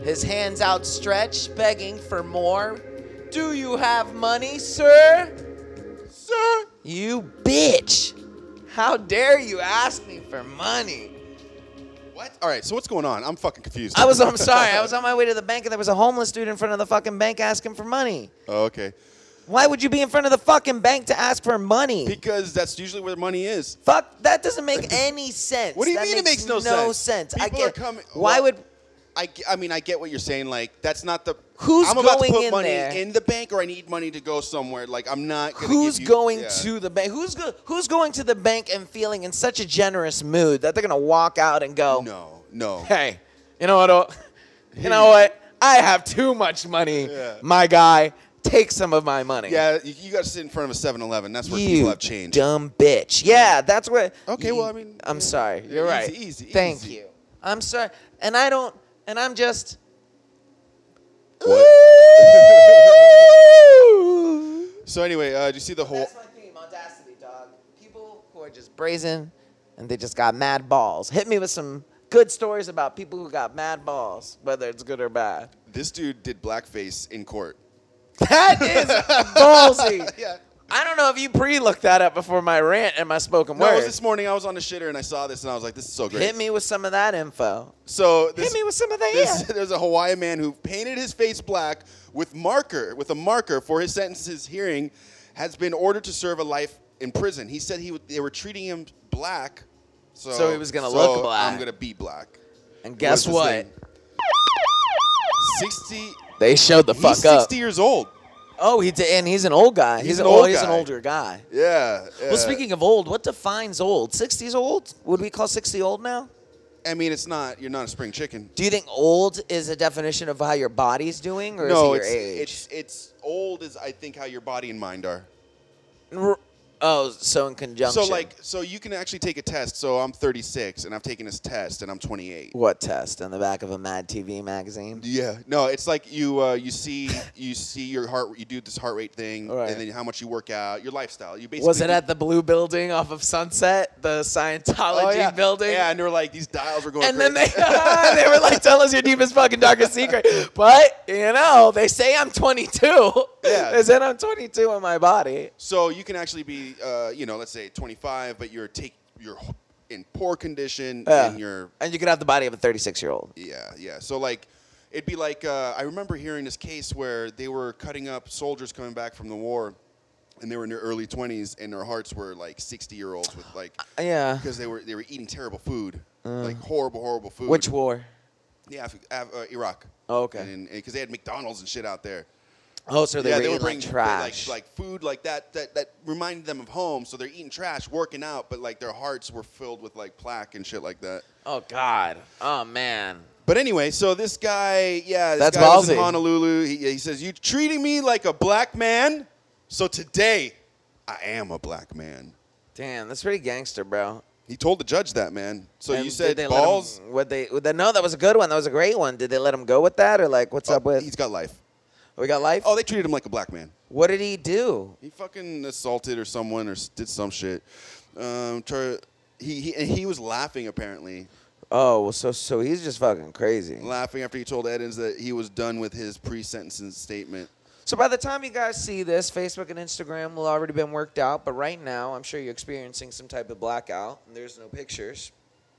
Speaker 1: His hands outstretched, begging for more. Do you have money, sir?
Speaker 2: sir
Speaker 1: You bitch! How dare you ask me for money?
Speaker 2: What? All right. So what's going on? I'm fucking confused.
Speaker 1: I was, I'm sorry, I was on my way to the bank and there was a homeless dude in front of the fucking bank asking for money.
Speaker 2: oh, okay.
Speaker 1: Why would you be in front of the fucking bank to ask for money?
Speaker 2: Because that's usually where money is.
Speaker 1: Fuck, that doesn't make any sense.
Speaker 2: What do you
Speaker 1: That
Speaker 2: mean it makes no
Speaker 1: No
Speaker 2: sense?
Speaker 1: sense. I
Speaker 2: People
Speaker 1: get.
Speaker 2: are coming-
Speaker 1: why
Speaker 2: well-
Speaker 1: would?
Speaker 2: I, ge- I mean, I get what you're saying. Like, that's not the.
Speaker 1: Who's
Speaker 2: I'm about
Speaker 1: going
Speaker 2: to put
Speaker 1: in
Speaker 2: money
Speaker 1: there?
Speaker 2: in the bank, or I need money to go somewhere. Like, I'm not. Gonna
Speaker 1: Who's
Speaker 2: give you-
Speaker 1: going
Speaker 2: yeah.
Speaker 1: to the bank? Who's go, Who's going to the bank and feeling in such a generous mood that they're gonna walk out and go,
Speaker 2: No, no.
Speaker 1: "Hey, you know what? oh, You know what? I have too much money,
Speaker 2: Yeah.
Speaker 1: my guy. Take some of my money."
Speaker 2: yeah, you, you got to sit in front of a 7-Eleven. That's where
Speaker 1: You
Speaker 2: people have change.
Speaker 1: dumb bitch. Yeah, that's what.
Speaker 2: Okay, well, I mean,
Speaker 1: I'm
Speaker 2: yeah.
Speaker 1: sorry. You're
Speaker 2: Easy,
Speaker 1: right.
Speaker 2: easy,
Speaker 1: Thank
Speaker 2: easy.
Speaker 1: you. I'm sorry, and I don't, and I'm just.
Speaker 2: What?
Speaker 1: Ooh.
Speaker 2: So anyway, uh, do you see the whole?
Speaker 1: That's my theme, audacity, dog. People who are just brazen and they just got mad balls. Hit me with some good stories about people who got mad balls, whether it's good or bad.
Speaker 2: This dude did blackface in court.
Speaker 1: That is ballsy.
Speaker 2: Yeah.
Speaker 1: I don't know if you pre-looked that up before my rant and my spoken
Speaker 2: No, it was
Speaker 1: word.
Speaker 2: this morning. I was on the shitter and I saw this and I was like, "This is so great."
Speaker 1: Hit me with some of that info.
Speaker 2: So this,
Speaker 1: Hit me with some of that.
Speaker 2: There's,
Speaker 1: yeah.
Speaker 2: there's a Hawaiian man who painted his face black with marker with a marker for his sentence's hearing, has been ordered to serve a life in prison. He said he would, they were treating him black, so
Speaker 1: So he was gonna
Speaker 2: so
Speaker 1: look black.
Speaker 2: I'm gonna be black.
Speaker 1: And guess
Speaker 2: What's
Speaker 1: what?
Speaker 2: his name? Sixty.
Speaker 1: They showed the fuck
Speaker 2: he's
Speaker 1: up.
Speaker 2: sixty years old.
Speaker 1: Oh, he did, and he's an old guy. He's, an old. He's an
Speaker 2: guy.
Speaker 1: older guy.
Speaker 2: Yeah. yeah.
Speaker 1: Well, speaking of old, what defines old? 60s old? Would we call 60 old now?
Speaker 2: I mean, it's not. You're not a spring chicken.
Speaker 1: Do you think old is a definition of how your body's doing, or
Speaker 2: no,
Speaker 1: is it
Speaker 2: it's,
Speaker 1: your age?
Speaker 2: it's it's old is I think how your body and mind are.
Speaker 1: R- oh, so in conjunction.
Speaker 2: So like, so you can actually take a test. So I'm 36 and I've taken this test and I'm 28.
Speaker 1: what test on the back of a Mad TV magazine?
Speaker 2: Yeah, no, it's like you uh, you see you see your heart you do this heart rate thing
Speaker 1: Right.
Speaker 2: and then how much you work out, your lifestyle. You basically
Speaker 1: Was it at the Blue Building off of Sunset, the Scientology
Speaker 2: oh, yeah.
Speaker 1: building?
Speaker 2: Yeah, and they were like these dials are going.
Speaker 1: And then they
Speaker 2: crazy.
Speaker 1: they were like, "Tell us your deepest fucking darkest secret." But you know, they say I'm 22.
Speaker 2: Yeah.
Speaker 1: They said I'm 22 on my body.
Speaker 2: So you can actually be, uh, you know, let's say 25, but you're take you're in poor condition
Speaker 1: Yeah.
Speaker 2: and you're
Speaker 1: And you could have the body of a 36 year old.
Speaker 2: yeah yeah. So like, it'd be like uh, I remember hearing this case where they were cutting up soldiers coming back from the war, and they were in their early 20s and their hearts were like 60 year olds with like
Speaker 1: Yeah.
Speaker 2: because they were they were eating terrible food, like horrible horrible food.
Speaker 1: Uh. Which war?
Speaker 2: Yeah, Af- Af- uh, Iraq.
Speaker 1: Oh, okay.
Speaker 2: Because they had McDonald's and shit out there.
Speaker 1: Oh, so they
Speaker 2: yeah,
Speaker 1: were
Speaker 2: they
Speaker 1: eating
Speaker 2: were bringing
Speaker 1: like trash.
Speaker 2: Like, like food like that, that that reminded them of home. So they're eating trash, working out, but like their hearts were filled with like plaque and shit like that.
Speaker 1: oh God. Oh man.
Speaker 2: But anyway, so this guy, yeah, this
Speaker 1: That's
Speaker 2: guy was in
Speaker 1: ballsy.
Speaker 2: Honolulu. He, he says, "You treating me like a black man, so today I am a black man."
Speaker 1: Damn, that's pretty gangster, bro.
Speaker 2: He told the judge that, man. So
Speaker 1: And
Speaker 2: you
Speaker 1: did
Speaker 2: said
Speaker 1: they let him-
Speaker 2: balls.
Speaker 1: would they? Would they? No, that was a good one. That was a great one. Did they let him go with that, or like, what's
Speaker 2: Oh,
Speaker 1: up with?
Speaker 2: He's got life.
Speaker 1: We got life.
Speaker 2: Oh, they treated him like a black man.
Speaker 1: What did he do?
Speaker 2: He fucking assaulted or someone or s- did some shit. Um, try, he, he and he was laughing apparently,
Speaker 1: Oh, well, so so he's just fucking crazy.
Speaker 2: laughing after he told Edens that he was done with his pre-sentencing statement.
Speaker 1: So by the time you guys see this, Facebook and Instagram will already been worked out. But right now, I'm sure you're experiencing some type of blackout. And there's no pictures.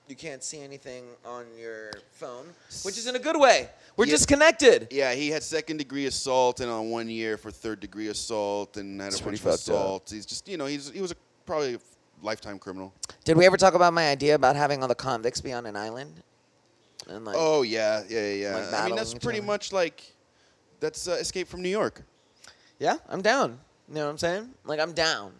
Speaker 1: You can't see anything on your phone, which is in a good way. We're
Speaker 2: Yeah.
Speaker 1: disconnected.
Speaker 2: Yeah, he had second-degree assault and on one year for third-degree assault and had
Speaker 1: That's
Speaker 2: a
Speaker 1: pretty
Speaker 2: bunch of
Speaker 1: fucked up.
Speaker 2: assaults. He's just you know he's he was a, probably a lifetime criminal.
Speaker 1: Did we ever talk about my idea about having all the convicts be on an island? And like,
Speaker 2: Oh yeah, yeah, yeah.
Speaker 1: Like
Speaker 2: yeah. I mean
Speaker 1: battling
Speaker 2: that's
Speaker 1: each
Speaker 2: pretty
Speaker 1: other.
Speaker 2: much like that's uh, Escape from New York.
Speaker 1: yeah, I'm down. You know what I'm saying? Like, I'm down.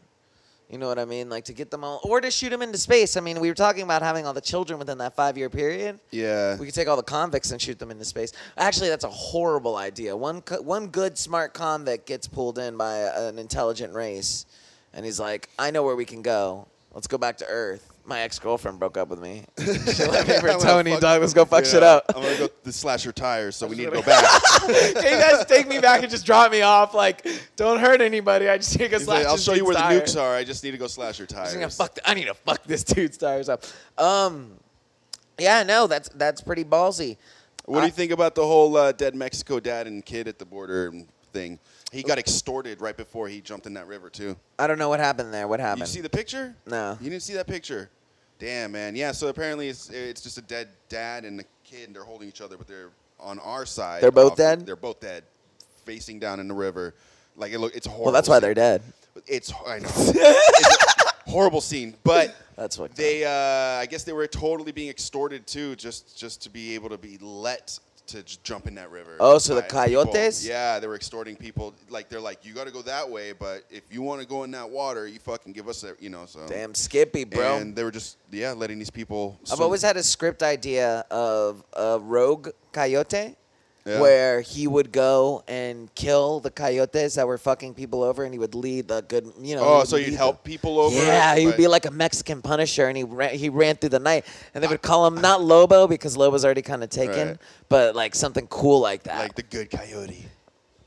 Speaker 1: You know what I mean? Like to get them all, or to shoot them into space. I mean, we were talking about having all the children within that five-year period.
Speaker 2: Yeah.
Speaker 1: We could take all the convicts and shoot them into space. Actually, that's a horrible idea. One co- one good smart convict gets pulled in by a, an intelligent race, and he's like, "I know where we can go. Let's go back to Earth." My ex girlfriend broke up with me. She left me for
Speaker 2: I'm gonna
Speaker 1: Tony.
Speaker 2: fuck-
Speaker 1: Dog, let's go fuck
Speaker 2: Yeah,
Speaker 1: shit up.
Speaker 2: I'm gonna go to slash your tires, so we need to go back.
Speaker 1: Can you guys take me back and just drop me off? Like, don't hurt anybody. I just need to
Speaker 2: He's like, I'll show you where the nukes are. I just need to go slash your
Speaker 1: I
Speaker 2: tires.
Speaker 1: need to fuck. th- I need to fuck this dude's tires up. Um, yeah, no, that's that's pretty ballsy.
Speaker 2: What do you think about the whole uh, dead Mexico dad and kid at the border and thing? He got extorted right before he jumped in that river too.
Speaker 1: I don't know what happened there. What
Speaker 2: You
Speaker 1: happened?
Speaker 2: see the picture?
Speaker 1: No.
Speaker 2: You didn't see that picture? Damn, man. Yeah. So apparently it's it's just a dead dad and a kid, and they're holding each other, but they're on our side.
Speaker 1: They're both
Speaker 2: of the-
Speaker 1: dead?
Speaker 2: They're both dead, facing down in the river. Like it look, it's a horrible.
Speaker 1: well, that's why
Speaker 2: scene.
Speaker 1: they're dead.
Speaker 2: It's I know. It's a horrible scene, but
Speaker 1: That's what
Speaker 2: they uh, I guess they were totally being extorted too, just just to be able to be let to j- jump in that river.
Speaker 1: Oh, so the
Speaker 2: by
Speaker 1: coyotes?
Speaker 2: people. Yeah, they were extorting people. Like they're like, you got to go that way, but if you want to go in that water, you fucking give us a, you know. So
Speaker 1: Damn Skippy, bro.
Speaker 2: And they were just yeah, letting these people.
Speaker 1: I've
Speaker 2: swim.
Speaker 1: always had a script idea of a rogue coyote
Speaker 2: Yeah.
Speaker 1: where he would go and kill the coyotes that were fucking people over and he would lead the good, you know. he
Speaker 2: Oh,
Speaker 1: would
Speaker 2: so you'd
Speaker 1: lead
Speaker 2: help people over?
Speaker 1: Yeah, he would
Speaker 2: but-
Speaker 1: be like a Mexican Punisher, and he ran, he ran through the night, and they would call him not Lobo because Lobo's already kind of taken,
Speaker 2: Right.
Speaker 1: but like something cool like that,
Speaker 2: like the good coyote.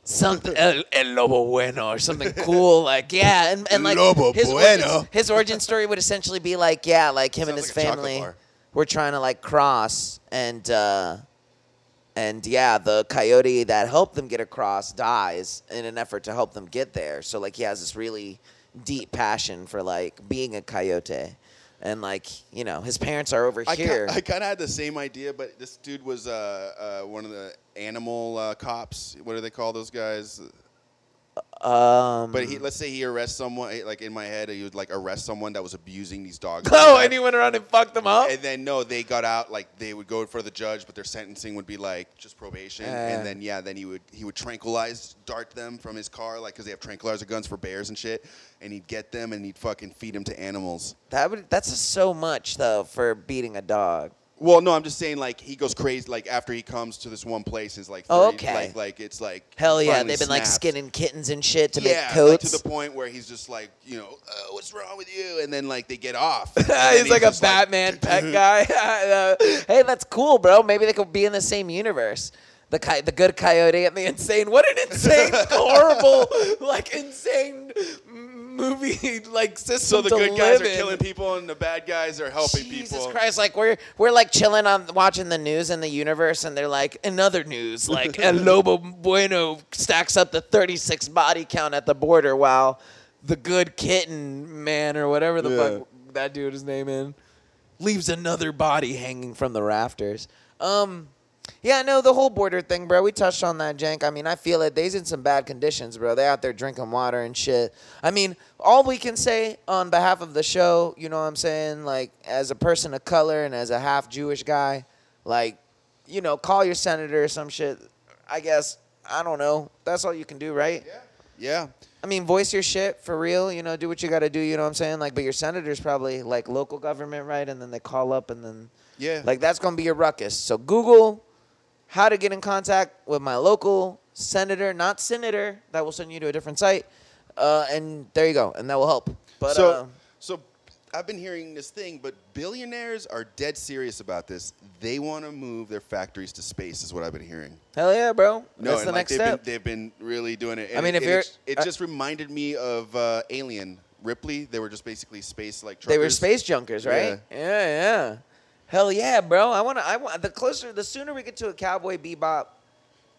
Speaker 1: something el, el lobo bueno or something cool like yeah and, and like
Speaker 2: Lobo
Speaker 1: his,
Speaker 2: bueno.
Speaker 1: origin, his origin story would essentially be like yeah like him and
Speaker 2: Sounds
Speaker 1: his
Speaker 2: like a chocolate
Speaker 1: family
Speaker 2: bar.
Speaker 1: were trying to like cross and uh and yeah the coyote that helped them get across dies in an effort to help them get there so like he has this really deep passion for like being a coyote and like you know his parents are over
Speaker 2: I
Speaker 1: here
Speaker 2: Kinda, I kind of had the same idea, but this dude was uh, uh, one of the animal uh, cops. What do they call those guys?
Speaker 1: Um,
Speaker 2: But he, let's say he arrests someone. eh, Like in my head, he would like arrest someone that was abusing these dogs.
Speaker 1: oh, and he went around and fucked them up.
Speaker 2: And then no, they got out. Like they would go for the judge, but their sentencing would be like just probation.
Speaker 1: Yeah.
Speaker 2: and then yeah, then he would he would tranquilize, dart them from his car, like because they have tranquilizer guns for bears and shit. And he'd get them and he'd fucking feed them to animals.
Speaker 1: That would that's so much though for beating a dog.
Speaker 2: Well, no, I'm just saying like he goes crazy. Like after he comes to this one place, is like
Speaker 1: Oh,
Speaker 2: 30
Speaker 1: okay.
Speaker 2: like like it's like
Speaker 1: Hell
Speaker 2: he
Speaker 1: yeah,
Speaker 2: finally
Speaker 1: they've been like
Speaker 2: snaps.
Speaker 1: skinning kittens and shit to
Speaker 2: yeah,
Speaker 1: make
Speaker 2: like,
Speaker 1: coats.
Speaker 2: to the point where he's just like, you know, uh, what's wrong with you? And then like they get off. And then
Speaker 1: he's like a
Speaker 2: just
Speaker 1: Batman pet guy. Uh, hey, that's cool, bro. Maybe they could be in the same universe. The coy- the good coyote and the insane. What an insane, horrible, like insane m- movie like system
Speaker 2: So the
Speaker 1: to
Speaker 2: good guys
Speaker 1: live
Speaker 2: are
Speaker 1: in.
Speaker 2: killing people, and the bad guys are helping
Speaker 1: Jesus
Speaker 2: people.
Speaker 1: Christ! Like we're we're like chilling on watching the news in the universe, and they're like another news. Like El Lobo Bueno stacks up the 36 body count at the border, while the good kitten man or whatever the
Speaker 2: Yeah.
Speaker 1: fuck that dude his name in leaves another body hanging from the rafters. Um. Yeah, no, the whole border thing, bro. We touched on that, Jank. I mean, I feel it. They's in some bad conditions, bro. They out there drinking water and shit. I mean, all we can say on behalf of the show, you know what I'm saying? Like, as a person of color and as a half Jewish guy, like, you know, call your senator or some shit. I guess I don't know. That's all you can do, right?
Speaker 2: Yeah.
Speaker 1: I mean, voice your shit for real. You know, do what you got to do. You know what I'm saying? Like, but your senator's probably like local government, right? And then they call up and then.
Speaker 2: Yeah.
Speaker 1: Like that's gonna be your ruckus. So Google how to get in contact with my local senator, not senator. That will send you to a different site, uh, and there you go, and that will help. But
Speaker 2: so,
Speaker 1: uh,
Speaker 2: so I've been hearing this thing, but billionaires are dead serious about this. They want to move their factories to space, is what I've been hearing.
Speaker 1: hell yeah, bro,
Speaker 2: No,
Speaker 1: that's
Speaker 2: and
Speaker 1: the
Speaker 2: like
Speaker 1: next
Speaker 2: they've
Speaker 1: step.
Speaker 2: Been, they've been really doing it. And
Speaker 1: I mean, if
Speaker 2: it, and
Speaker 1: you're-
Speaker 2: it, it
Speaker 1: I-
Speaker 2: just reminded me of uh, Alien Ripley. They were just basically space like
Speaker 1: They were
Speaker 2: truckers.
Speaker 1: space junkers, right? Yeah. yeah, Hell yeah, bro. I wanna. I want the closer, the sooner we get to a cowboy bebop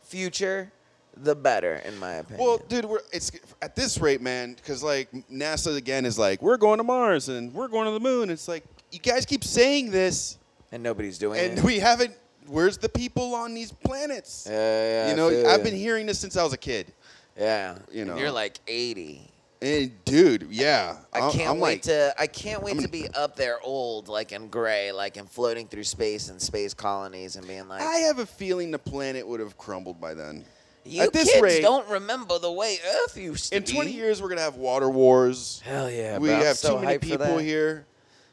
Speaker 1: future, the better, in my opinion.
Speaker 2: Well, dude, we're it's at this rate, man, because like NASA again is like, we're going to Mars and we're going to the moon. It's like you guys keep saying this,
Speaker 1: and nobody's doing
Speaker 2: and
Speaker 1: it.
Speaker 2: we haven't. Where's the people on these planets?
Speaker 1: yeah, yeah, yeah, I
Speaker 2: you know,
Speaker 1: feel
Speaker 2: I've
Speaker 1: ya.
Speaker 2: been hearing this since I was a kid.
Speaker 1: Yeah,
Speaker 2: you
Speaker 1: And
Speaker 2: know.
Speaker 1: you're like 80.
Speaker 2: And dude, yeah,
Speaker 1: I
Speaker 2: I'm-
Speaker 1: can't
Speaker 2: I'm
Speaker 1: wait
Speaker 2: like,
Speaker 1: to I can't wait to be up there old, like in gray, like and floating through space and space colonies and being like,
Speaker 2: I have a feeling the planet would have crumbled by then.
Speaker 1: "You
Speaker 2: at this
Speaker 1: kids
Speaker 2: rate-
Speaker 1: don't remember the way Earth used to
Speaker 2: In
Speaker 1: be."
Speaker 2: 20 years, we're gonna have water wars.
Speaker 1: hell yeah,
Speaker 2: we
Speaker 1: bro. I'm
Speaker 2: have
Speaker 1: so
Speaker 2: too many
Speaker 1: hyped for
Speaker 2: people
Speaker 1: that.
Speaker 2: here.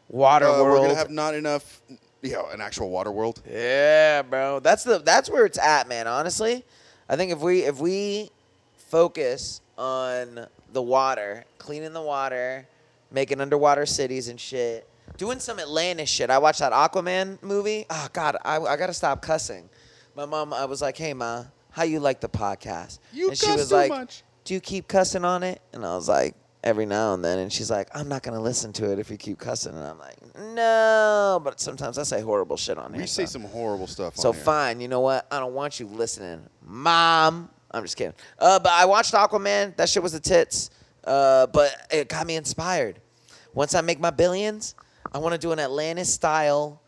Speaker 1: Water
Speaker 2: Uh, we're
Speaker 1: world,
Speaker 2: gonna have not enough. You know, an actual water world.
Speaker 1: yeah, bro. That's the that's where it's at, man. Honestly, I think if we if we focus on the water, cleaning the water, making underwater cities and shit, doing some Atlantis shit. I watched that Aquaman movie. Oh God, I, I gotta stop cussing. My mom, I was like, "Hey, ma, how you like the podcast?"
Speaker 2: You
Speaker 1: and she
Speaker 2: cuss
Speaker 1: was
Speaker 2: too
Speaker 1: like,
Speaker 2: much.
Speaker 1: "Do you keep cussing on it?" And I was like, "Every now and then." And she's like, "I'm not gonna listen to it if you keep cussing." And I'm like, "No," but sometimes I say horrible shit on here.
Speaker 2: We say
Speaker 1: so-
Speaker 2: some horrible stuff.
Speaker 1: so
Speaker 2: on here.
Speaker 1: fine, you know what? I don't want you listening, mom. I'm just kidding. Uh, but I watched Aquaman. That shit was the tits. Uh, but it got me inspired. Once I make my billions, I want to do an Atlantis style.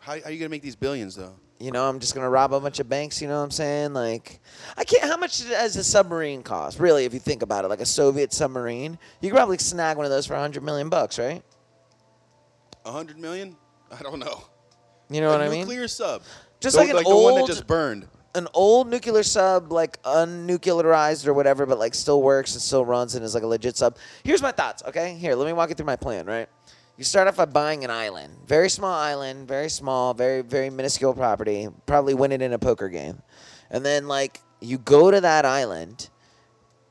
Speaker 2: How, how are you gonna make these billions though?
Speaker 1: You know, I'm just gonna rob a bunch of banks. You know what I'm saying? Like, I can't. How much does a submarine cost? Really, if you think about it, like a Soviet submarine, you could probably snag one of those for 100 million bucks, right?
Speaker 2: A hundred million? I don't know.
Speaker 1: You know
Speaker 2: a
Speaker 1: what I mean?
Speaker 2: nuclear sub.
Speaker 1: Just
Speaker 2: The-
Speaker 1: like an
Speaker 2: the one
Speaker 1: old-
Speaker 2: that just burned.
Speaker 1: an old nuclear sub, like unnuclearized or whatever, but like still works and still runs and is like a legit sub. Here's my thoughts, okay? Here, let me walk you through my plan, right? You start off by buying an island, very small island, very small, very, very minuscule property, probably win it in a poker game. And then, like, you go to that island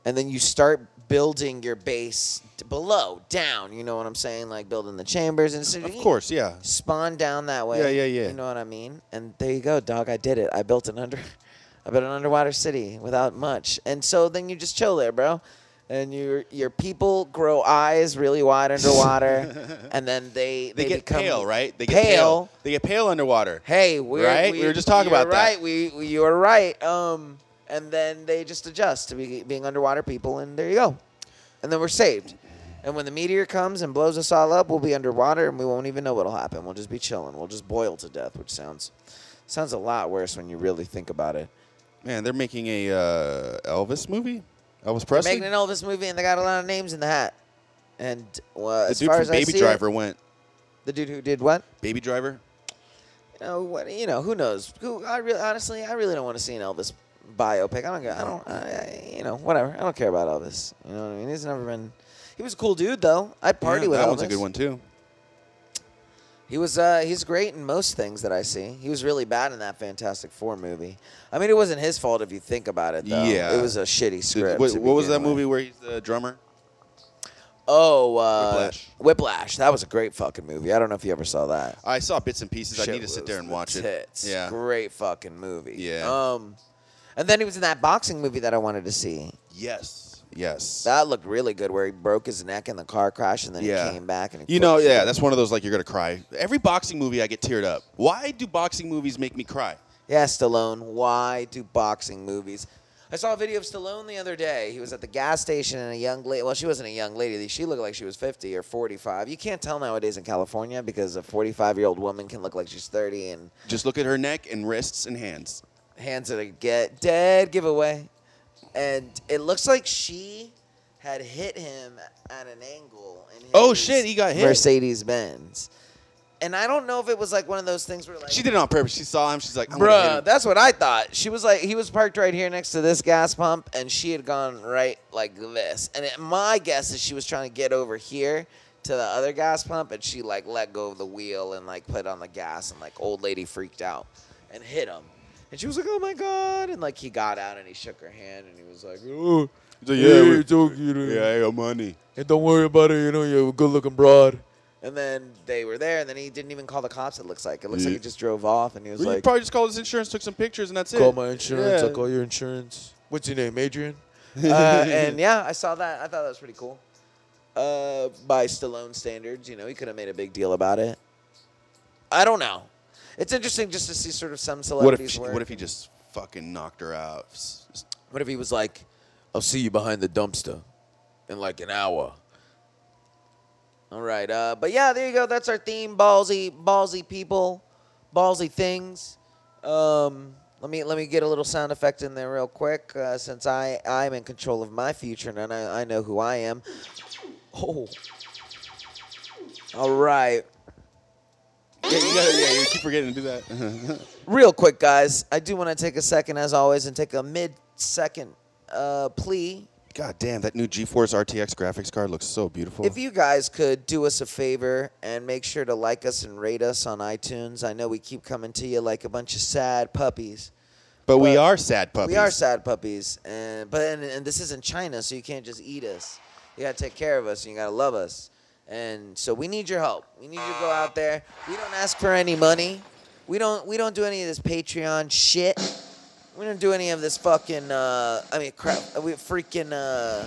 Speaker 1: and then you start building your base d- below, down, you know what I'm saying? Like, building the chambers and so
Speaker 2: Of course, yeah.
Speaker 1: spawn down that way.
Speaker 2: Yeah, yeah, yeah.
Speaker 1: You know what I mean? And there you go, dog. I did it. I built an under, I built an underwater city without much. And so then you just chill there, bro. And your your people grow eyes really wide underwater, and then they
Speaker 2: They, get
Speaker 1: become
Speaker 2: pale, right? They
Speaker 1: pale.
Speaker 2: get pale. They get pale underwater.
Speaker 1: Hey, we're,
Speaker 2: Right?
Speaker 1: We,
Speaker 2: We were just talking
Speaker 1: you're
Speaker 2: about that.
Speaker 1: Right? We, we you were right. Um, and then they just adjust to be, being underwater people, and there you go. And then we're saved. And when the meteor comes and blows us all up, we'll be underwater, and we won't even know what'll happen. We'll just be chilling. We'll just boil to death, which sounds sounds a lot worse when you really think about it.
Speaker 2: Man, they're making a uh, Elvis movie. Elvis
Speaker 1: They're
Speaker 2: Presley.
Speaker 1: making an Elvis movie, and they got a lot of names in the hat. And well,
Speaker 2: the
Speaker 1: as
Speaker 2: dude
Speaker 1: far
Speaker 2: from
Speaker 1: as I
Speaker 2: Baby
Speaker 1: see it,
Speaker 2: Driver went.
Speaker 1: the dude who did what?
Speaker 2: Baby Driver.
Speaker 1: You know Oh, what? You know who knows? Who I really, honestly, I really don't want to see an Elvis biopic. I don't. go- I don't. I, I, you know, whatever. I don't care about Elvis. You know what I mean? He's never been. He was a cool dude though. I'd party
Speaker 2: Yeah,
Speaker 1: with
Speaker 2: that
Speaker 1: Elvis.
Speaker 2: one's a good one too.
Speaker 1: He was uh, he's great in most things that I see. He was really bad in that Fantastic Four movie. I mean, it wasn't his fault if you think about it. Though.
Speaker 2: Yeah.
Speaker 1: it was a shitty
Speaker 2: Dude,
Speaker 1: script.
Speaker 2: what,
Speaker 1: to
Speaker 2: what was that
Speaker 1: begin with.
Speaker 2: movie where he's the drummer?
Speaker 1: Oh, uh,
Speaker 2: Whiplash.
Speaker 1: Whiplash. That was a great fucking movie. I don't know if you ever saw that.
Speaker 2: I saw bits and pieces. I
Speaker 1: Shit
Speaker 2: need to sit
Speaker 1: was
Speaker 2: there and
Speaker 1: the
Speaker 2: watch
Speaker 1: tits.
Speaker 2: it. Yeah.
Speaker 1: great fucking movie.
Speaker 2: Yeah.
Speaker 1: Um, and then he was in that boxing movie that I wanted to see.
Speaker 2: Yes. Yes.
Speaker 1: That looked really good, where he broke his neck in the car crash, and then
Speaker 2: Yeah.
Speaker 1: he came back and he
Speaker 2: you know,
Speaker 1: flipped
Speaker 2: yeah,
Speaker 1: it.
Speaker 2: that's one of those like you're gonna cry. Every boxing movie, I get teared up. Why do boxing movies make me cry?
Speaker 1: Yeah, Stallone. Why do boxing movies? I saw a video of Stallone the other day. He was at the gas station, and a young lady. Well, she wasn't a young lady. She looked like she was 50 or 45. You can't tell nowadays in California because a 45 year old woman can look like she's 30 and
Speaker 2: Just look at her neck and wrists and hands.
Speaker 1: hands it a get dead giveaway. And it looks like she had hit him at an angle. In his
Speaker 2: Oh, shit, he got hit.
Speaker 1: Mercedes Benz. And I don't know if it was like one of those things where like
Speaker 2: She did it on purpose. She saw him. She's like, I'm gonna hit
Speaker 1: Bruh,
Speaker 2: him.
Speaker 1: that's what I thought. She was like, he was parked right here next to this gas pump, and she had gone right like this. And it, my guess is she was trying to get over here to the other gas pump, and she like let go of the wheel and like put on the gas, and like old lady freaked out and hit him. And she was like, "Oh my god!" And like he got out and he shook her hand and he was like, "Oh,
Speaker 2: He's like,
Speaker 3: Yeah,
Speaker 2: we-
Speaker 3: it's okay. you know.
Speaker 2: yeah, I got money.
Speaker 3: And don't worry about it. You know, you're a good-looking broad.
Speaker 1: And then they were there, and then he didn't even call the cops. It looks like it looks
Speaker 2: Yeah.
Speaker 1: like he just drove off, and he was
Speaker 2: Well, you
Speaker 1: like,
Speaker 2: probably just called his insurance, took some pictures, and that's it.
Speaker 3: Call my insurance.
Speaker 2: Yeah.
Speaker 3: I'll call your insurance. What's your name, Adrian?
Speaker 1: uh, and yeah, I saw that. I thought that was pretty cool. Uh, by Stallone standards, you know, he could have made a big deal about it. I don't know. It's interesting just to see sort of some
Speaker 2: What
Speaker 1: celebrities
Speaker 2: if? She,
Speaker 1: work.
Speaker 2: what if he just fucking knocked her out? S- s-
Speaker 1: what if he was like,
Speaker 3: I'll see you behind the dumpster in like an hour.
Speaker 1: all right, uh, but yeah, there you go. That's our theme: ballsy, ballsy people, ballsy things. Um, let me let me get a little sound effect in there real quick, uh, since I I'm in control of my future and I I know who I am. Oh, all right.
Speaker 2: Yeah, you gotta, yeah, you keep forgetting to do that.
Speaker 1: real quick, guys, I do want to take a second, as always, and take a mid-second uh, plea.
Speaker 2: God damn, that new GeForce RTX graphics card looks so beautiful.
Speaker 1: If you guys could do us a favor and make sure to like us and rate us on iTunes, I know we keep coming to you like a bunch of sad puppies.
Speaker 2: but we
Speaker 1: but-
Speaker 2: are sad puppies.
Speaker 1: We are sad puppies, and but and, and this isn't China, so you can't just eat us. You gotta take care of us, and you gotta love us, and so we need your help. We need you to go out there. We don't ask for any money. We don't. We don't do any of this Patreon shit. We don't do any of this fucking. Uh, I mean, crap. We freaking. Uh,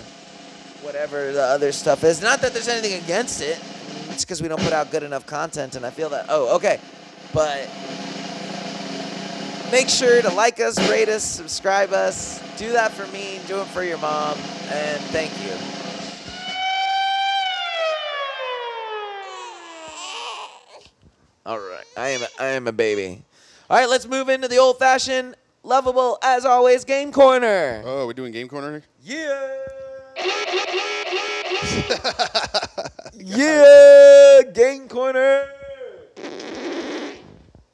Speaker 1: whatever the other stuff is. Not that there's anything against it. It's because we don't put out good enough content, and I feel that. Oh, okay, but make sure to like us, rate us, subscribe us. Do that for me, do it for your mom, and thank you. All right, I am I am a baby. All right, let's move into the old-fashioned, lovable as always game corner.
Speaker 2: Oh, we're doing Game Corner?
Speaker 1: Yeah. yeah, game corner.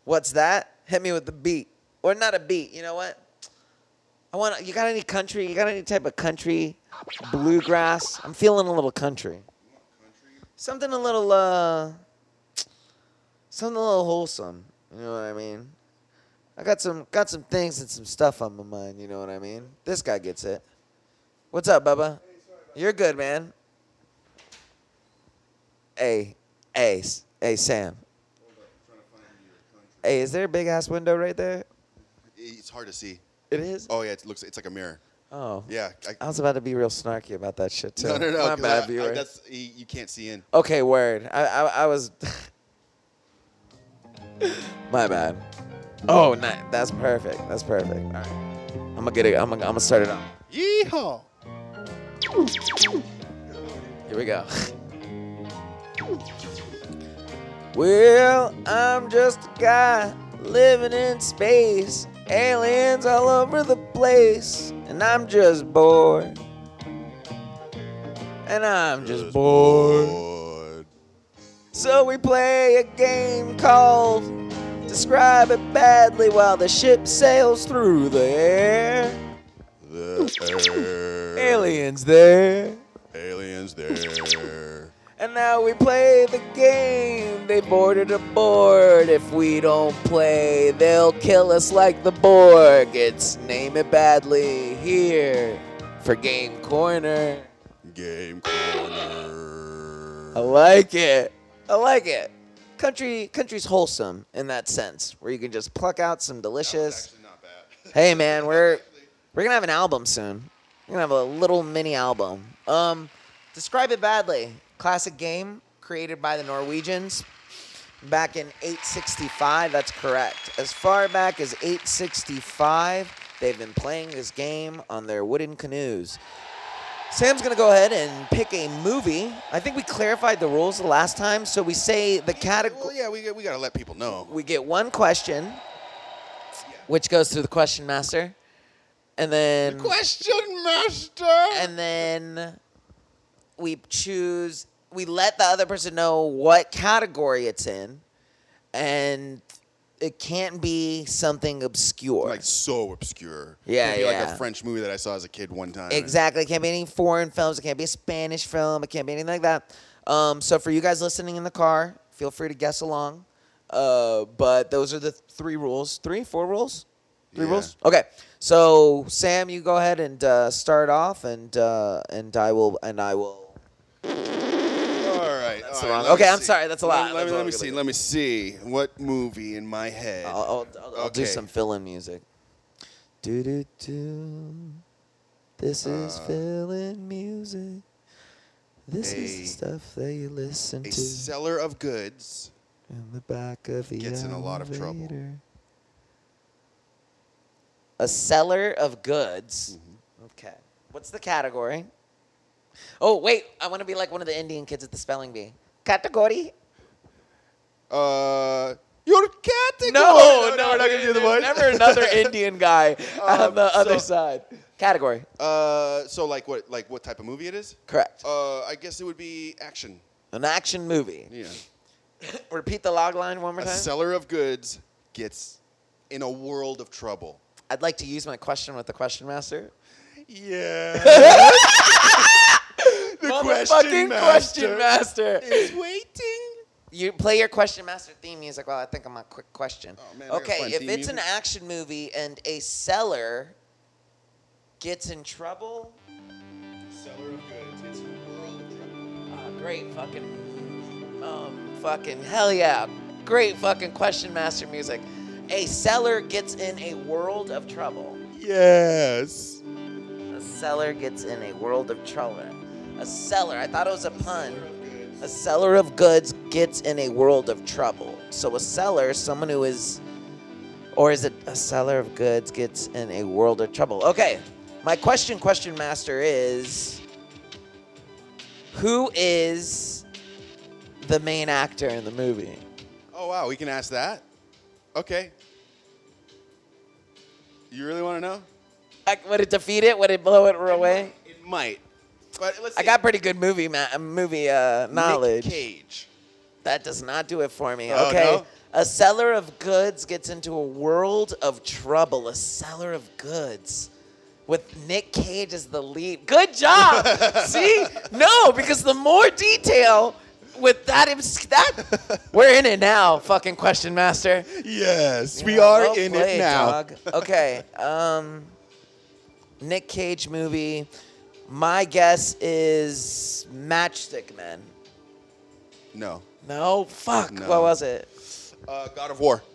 Speaker 1: What's that? Hit me with the beat, or not a beat. You know what? I want. You got any country? You got any type of country? Bluegrass. I'm feeling a little country. Something a little uh. Something a little wholesome. You know what I mean? I got some got some things and some stuff on my mind. You know what I mean? This guy gets it. What's up, Bubba? You're good, man. Hey, hey, S- hey, Sam. Hey, is there a big ass window right there?
Speaker 2: It's hard to see.
Speaker 1: It is.
Speaker 2: Oh, yeah, it looks, it's like a mirror.
Speaker 1: Oh.
Speaker 2: Yeah. I,
Speaker 1: I was about to be real snarky about that shit too.
Speaker 2: no, no, no.
Speaker 1: My
Speaker 2: 'cause
Speaker 1: bad,
Speaker 2: I- I-
Speaker 1: viewer.
Speaker 2: that's, you you can't see in.
Speaker 1: okay, word. I, I, I was. My bad. Oh, nice. That's perfect. That's perfect. All right. I'm gonna get it. I'm gonna, I'm gonna start it off.
Speaker 2: Yeehaw!
Speaker 1: Here we go. well, I'm just a guy living in space, aliens all over the place, and I'm just bored. and I'm just bored.
Speaker 2: Bored.
Speaker 1: So we play a game called Describe It Badly While the Ship Sails Through the Air.
Speaker 2: The air.
Speaker 1: Aliens there.
Speaker 2: Aliens there.
Speaker 1: And now we play the game. They boarded a board. If we don't play, they'll kill us like the Borg. It's Name It Badly here for Game Corner.
Speaker 2: Game corner.
Speaker 1: I like it. I like it. Country country's wholesome in that sense, where you can just pluck out some delicious.
Speaker 2: not bad.
Speaker 1: Hey man, we're we're gonna have an album soon. We're gonna have a little mini album. Um, describe it badly. Classic game created by the Norwegians back in 865. That's correct. As far back as 865, they've been playing this game on their wooden canoes. Sam's gonna go ahead and pick a movie. I think we clarified the rules the last time, so we say the
Speaker 2: Well,
Speaker 1: category.
Speaker 2: yeah, we, we gotta let people know.
Speaker 1: We get one question, which goes to the question master, and then
Speaker 2: Question master.
Speaker 1: and then we choose. We let the other person know what category it's in, and it can't be something obscure.
Speaker 2: like so obscure.
Speaker 1: Yeah,
Speaker 2: It'd be Like
Speaker 1: yeah.
Speaker 2: a French movie that I saw as a kid one time.
Speaker 1: Exactly. It can't be any foreign films. It can't be a Spanish film. It can't be anything like that. Um, so for you guys listening in the car, feel free to guess along. Uh, but those are the three rules. Three, four rules. Three
Speaker 2: Yeah.
Speaker 1: rules. Okay. So Sam, you go ahead and uh, start off, and uh, and I will and I will.
Speaker 2: All right. That's
Speaker 1: the wrong- okay, I'm sorry, that's a lot.
Speaker 2: Let, me-
Speaker 1: That's
Speaker 2: let
Speaker 1: what I'm
Speaker 2: me see.
Speaker 1: gonna
Speaker 2: Let me see. What movie in my head?
Speaker 1: I'll, I'll, I'll, I'll do
Speaker 2: Okay.
Speaker 1: some fill-in music. Do do do. This
Speaker 2: Uh.
Speaker 1: is fill-in music. This is the
Speaker 2: a-
Speaker 1: stuff that you listen
Speaker 2: a
Speaker 1: to.
Speaker 2: seller of goods.
Speaker 1: in the back of the
Speaker 2: Gets in a lot of trouble.
Speaker 1: elevator. A seller of goods.
Speaker 2: Mm-hmm.
Speaker 1: Okay. What's the category? Oh wait, I want to be like one of the Indian kids at the spelling bee. Category?
Speaker 2: Uh, your category.
Speaker 1: No, no,
Speaker 2: we're not gonna do the voice.
Speaker 1: there's Never another Indian guy on
Speaker 2: Um,
Speaker 1: the other
Speaker 2: so-
Speaker 1: side. Category.
Speaker 2: Uh, so like what? Like what type of movie it is?
Speaker 1: Correct.
Speaker 2: Uh, I guess it would be action.
Speaker 1: An action movie.
Speaker 2: Yeah.
Speaker 1: Repeat the log line one more
Speaker 2: A
Speaker 1: time.
Speaker 2: seller of goods gets in a world of trouble.
Speaker 1: I'd like to use my question with the question master.
Speaker 2: Yeah. the
Speaker 1: Motherfucking question master.
Speaker 2: is waiting.
Speaker 1: You play your question master theme music while I think of my quick question.
Speaker 2: Oh, man, I gotta
Speaker 1: okay,
Speaker 2: find
Speaker 1: if
Speaker 2: theme
Speaker 1: it's an
Speaker 2: music.
Speaker 1: action movie and a seller gets in trouble,
Speaker 2: Seller of goods gets in a world of trouble.
Speaker 1: ah, great fucking, um, fucking hell yeah, great fucking question master music. A seller gets in a world of trouble.
Speaker 2: Yes.
Speaker 1: A seller gets in a world of trouble. A seller. I thought it was a pun. A seller of goods gets in a world of trouble. So a seller, someone who is, or is it a seller of goods gets in a world of trouble? Okay. My question, question master is, who is the main actor in the movie?
Speaker 2: Oh wow, we can ask that. Okay. You really want to know?
Speaker 1: Like, would it defeat it? Would it blow it away?
Speaker 2: It might. But let's.
Speaker 1: I
Speaker 2: see.
Speaker 1: got pretty good movie ma- movie uh,
Speaker 2: Nick
Speaker 1: knowledge.
Speaker 2: Cage.
Speaker 1: That does not do it for me.
Speaker 2: Oh,
Speaker 1: Okay.
Speaker 2: no?
Speaker 1: A seller of goods gets into a world of trouble. A seller of goods. With Nick Cage as the lead. Good job. See? No, because the more detail with that, obs- that we're in it now, fucking question master.
Speaker 2: Yes, we
Speaker 1: Yeah,
Speaker 2: are
Speaker 1: well
Speaker 2: in
Speaker 1: played,
Speaker 2: it now.
Speaker 1: dog. Okay. Um, Nick Cage movie. My guess is Matchstick Men.
Speaker 2: No.
Speaker 1: No, fuck.
Speaker 2: No.
Speaker 1: What was it?
Speaker 2: Uh, God of War.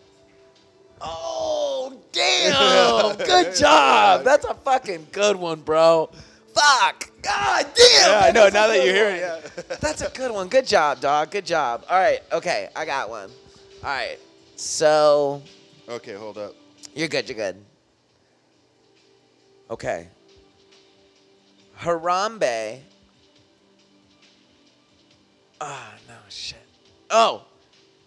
Speaker 1: Oh, damn. good job. That's a fucking good one, bro. Fuck. God damn.
Speaker 2: Yeah, I know.
Speaker 1: that's a
Speaker 2: Now that
Speaker 1: good
Speaker 2: you hear it,
Speaker 1: one.
Speaker 2: yeah.
Speaker 1: That's a good one. Good job, dog. Good job. All right. Okay. I got one. All right. So,
Speaker 2: okay, hold up.
Speaker 1: you're good. You're good. Okay. Harambe. Ah, no, shit. Oh,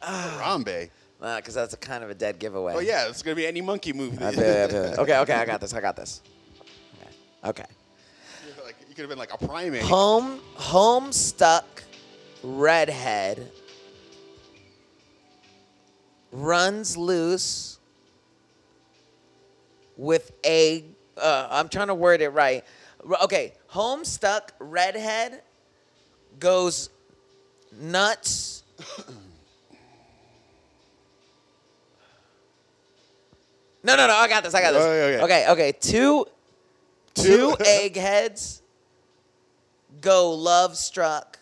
Speaker 2: Harambe.
Speaker 1: because that's a kind of a dead giveaway.
Speaker 2: Oh yeah, it's gonna be any monkey movie.
Speaker 1: I feel it, I feel it. Okay, okay, I got this. I got this. Okay. Okay.
Speaker 2: Like, you could have been like a primate.
Speaker 1: Home homestuck redhead runs loose with a uh, I'm trying to word it right. R- Okay, homestuck redhead goes nuts No, no, no. I got this. I got this.
Speaker 2: Okay, okay.
Speaker 1: okay, okay. Two two eggheads go love struck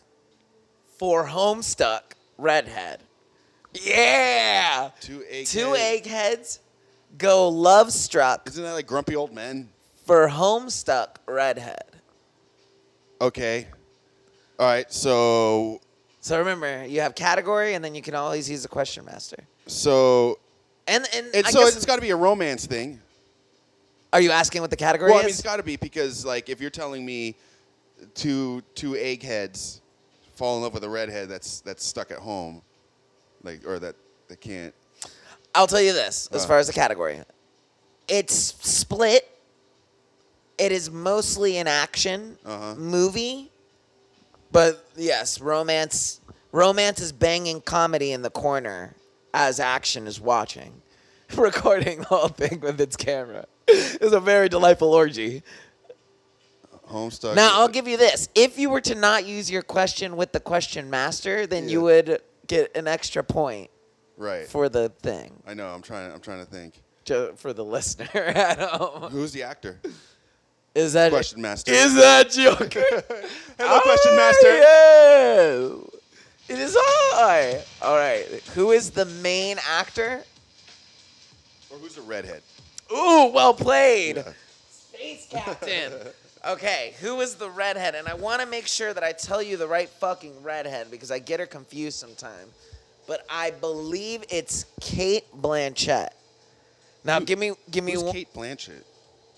Speaker 1: for homestuck redhead. Yeah.
Speaker 2: Two egg.
Speaker 1: Two eggheads go love struck
Speaker 2: Isn't that like grumpy old men?
Speaker 1: for homestuck redhead.
Speaker 2: Okay. All right. So
Speaker 1: So remember, you have category, and then you can always use the question master.
Speaker 2: so
Speaker 1: And and
Speaker 2: it's
Speaker 1: I
Speaker 2: so
Speaker 1: guess,
Speaker 2: it's got to be a romance thing.
Speaker 1: are you asking what the category
Speaker 2: Well, I mean, it's
Speaker 1: is?
Speaker 2: got to be because like if you're telling me two two eggheads fall in love with a redhead that's that's stuck at home, like or that that can't.
Speaker 1: I'll tell you this as
Speaker 2: Uh.
Speaker 1: far as the category. It's split. It is mostly an action
Speaker 2: Uh-huh.
Speaker 1: movie. But yes, romance romance is banging comedy in the corner as action is watching. Recording the whole thing with its camera. It's a very delightful orgy.
Speaker 2: Homestuck.
Speaker 1: Now I'll give you this. If you were to not use your question with the question master, then you
Speaker 2: Yeah.
Speaker 1: would get an extra point
Speaker 2: right.
Speaker 1: for the thing.
Speaker 2: I know. I'm trying. I'm trying to think.
Speaker 1: ju- for the listener at home.
Speaker 2: Who's the actor?
Speaker 1: Is that
Speaker 2: Question master.
Speaker 1: Is that Joker?
Speaker 2: Hello, question
Speaker 1: Ah,
Speaker 2: master.
Speaker 1: yes. It is I. All right. Who is the main actor?
Speaker 2: Or who's the redhead?
Speaker 1: Ooh, well played.
Speaker 2: Yeah.
Speaker 1: Space Captain. Okay, who is the redhead? And I want to make sure that I tell you the right fucking redhead because I get her confused sometimes. But I believe it's Kate Blanchett. Now give me give me
Speaker 2: Who's
Speaker 1: one.
Speaker 2: Kate Blanchett?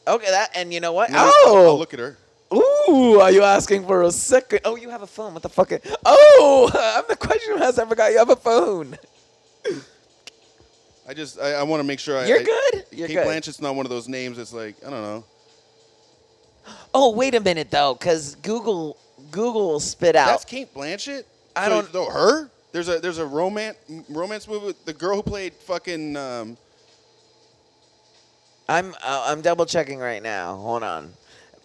Speaker 1: Okay, that and you know what?
Speaker 2: No, no,
Speaker 1: oh,
Speaker 2: I'll, I'll look at her.
Speaker 1: Ooh, are you asking for a second? Oh, you have a phone. What the fuck? Oh, I'm the question master. I forgot you have a phone.
Speaker 2: I just I, I want to make sure I.
Speaker 1: You're
Speaker 2: I-
Speaker 1: good. You're
Speaker 2: Kate
Speaker 1: good.
Speaker 2: Blanchett's not one of those names. that's like I don't know.
Speaker 1: Oh, wait a minute though, because Google Google will spit out.
Speaker 2: That's Kate Blanchett.
Speaker 1: I
Speaker 2: So,
Speaker 1: don't-
Speaker 2: know her. There's a there's a romance m- romance movie with the girl who played fucking um,
Speaker 1: I'm uh, I'm double checking right now. Hold on.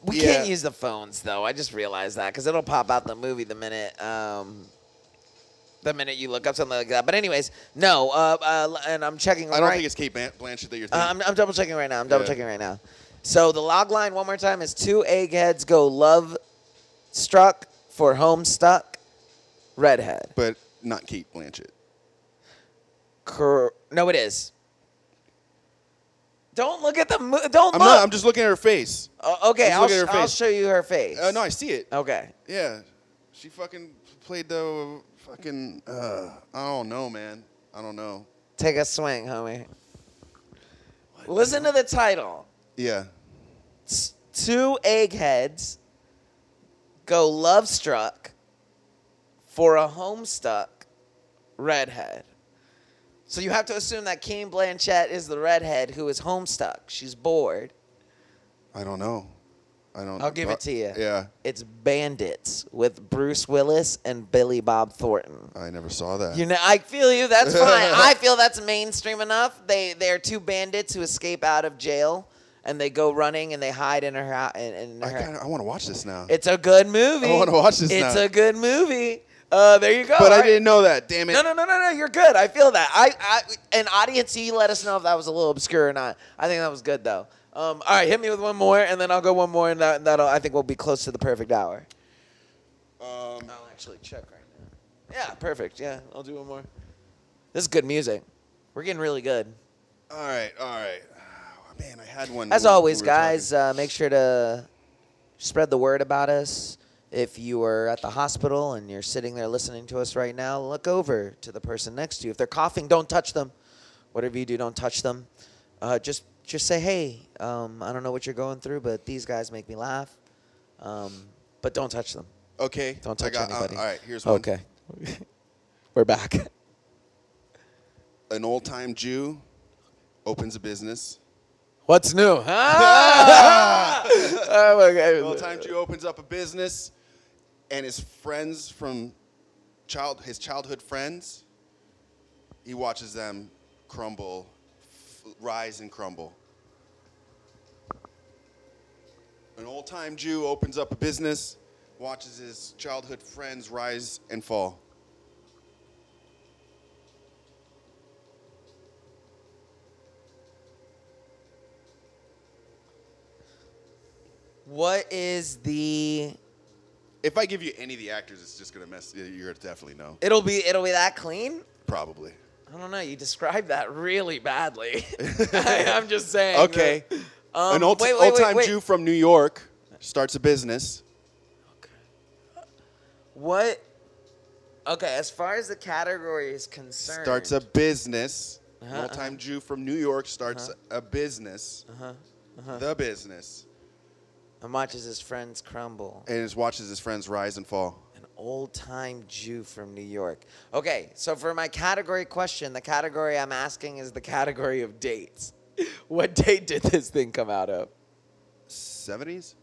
Speaker 1: We
Speaker 2: Yeah.
Speaker 1: can't use the phones though. I just realized that because it'll pop out the movie the minute um the minute you look up something like that. But anyways, no. Uh, uh and I'm checking.
Speaker 2: I don't
Speaker 1: right
Speaker 2: think it's Kate Ban- Blanchett that you're thinking.
Speaker 1: Uh, I'm, I'm double checking right now. I'm double
Speaker 2: Yeah.
Speaker 1: checking right now. So the log line one more time is two eggheads go love struck for home stuck redhead.
Speaker 2: but not Kate Blanchett.
Speaker 1: Cor- no, it is. Don't look at the mo- don't
Speaker 2: I'm
Speaker 1: look.
Speaker 2: not. I'm just looking at her face.
Speaker 1: O- okay,
Speaker 2: just
Speaker 1: I'll,
Speaker 2: looking at
Speaker 1: sh-
Speaker 2: her
Speaker 1: I'll
Speaker 2: face.
Speaker 1: show you her face.
Speaker 2: Uh, no, I see it.
Speaker 1: okay.
Speaker 2: Yeah, she fucking played the fucking. Uh, I don't know, man. I don't know.
Speaker 1: Take a swing, homie. Listen to the title.
Speaker 2: Yeah.
Speaker 1: S- two eggheads go love struck for a homestuck redhead. So you have to assume that Kane Blanchett is the redhead who is homestuck. She's bored.
Speaker 2: I don't know. I don't.
Speaker 1: I'll give it to you.
Speaker 2: Yeah,
Speaker 1: It's Bandits with Bruce Willis and Billy Bob Thornton.
Speaker 2: I never saw that.
Speaker 1: You know, I feel you. That's fine. I feel that's mainstream enough. They they are two bandits who escape out of jail, and they go running and they hide in her house. In, in her
Speaker 2: I kind of. I want to watch this now.
Speaker 1: It's a good movie.
Speaker 2: I wanna watch this
Speaker 1: It's
Speaker 2: now.
Speaker 1: a good movie. Uh, there you go.
Speaker 2: but
Speaker 1: All
Speaker 2: I
Speaker 1: right.
Speaker 2: didn't know that. Damn it.
Speaker 1: No, no, no, no, no. You're good. I feel that. I, I, an audience, you let us know if that was a little obscure or not. I think that was good though. Um, all right, hit me with one more, and then I'll go one more, and that, that'll. I think we'll be close to the perfect hour.
Speaker 2: Um,
Speaker 1: I'll actually check right now. Yeah, perfect. Yeah, I'll do one more. This is good music. We're getting really good.
Speaker 2: all right. All right. Oh, man, I had one.
Speaker 1: As
Speaker 2: when we
Speaker 1: always,
Speaker 2: were
Speaker 1: guys,
Speaker 2: talking.
Speaker 1: uh, make sure to spread the word about us. If you are at the hospital and you're sitting there listening to us right now, look over to the person next to you. If they're coughing, don't touch them. Whatever you do, don't touch them. Uh, just just say, hey, um, I don't know what you're going through, but these guys make me laugh. Um, but don't touch them.
Speaker 2: okay.
Speaker 1: Don't
Speaker 2: I
Speaker 1: touch
Speaker 2: got, uh,
Speaker 1: anybody.
Speaker 2: all right. Here's one.
Speaker 1: Okay. We're back.
Speaker 2: An old time Jew opens a business.
Speaker 3: What's new? Huh?
Speaker 4: Oh my God.
Speaker 2: Well, time Jew opens up a business, and his friends from child, his childhood friends, he watches them crumble, f- rise and crumble. An old time Jew opens up a business, watches his childhood friends rise and fall.
Speaker 1: What is the?
Speaker 2: If I give you any of the actors, it's just gonna mess. You're gonna definitely know.
Speaker 1: It'll be it'll be that clean.
Speaker 2: Probably.
Speaker 1: I don't know. You described that really badly. I, am just saying.
Speaker 2: Okay.
Speaker 1: uh, Um,
Speaker 2: An old
Speaker 1: wait, wait, wait,
Speaker 2: time
Speaker 1: wait.
Speaker 2: Jew from New York starts a business.
Speaker 1: What? Okay, as far as the category is concerned,
Speaker 2: starts a business. An
Speaker 1: Uh-huh,
Speaker 2: old time Jew from New York starts a business,
Speaker 1: Uh-huh,
Speaker 2: the business,
Speaker 1: and watches his friends crumble.
Speaker 2: and just watches his friends rise and fall.
Speaker 1: An old time Jew from New York. Okay, so for my category question, the category I'm asking is the category of dates. what date did this thing come out of?
Speaker 2: 70s?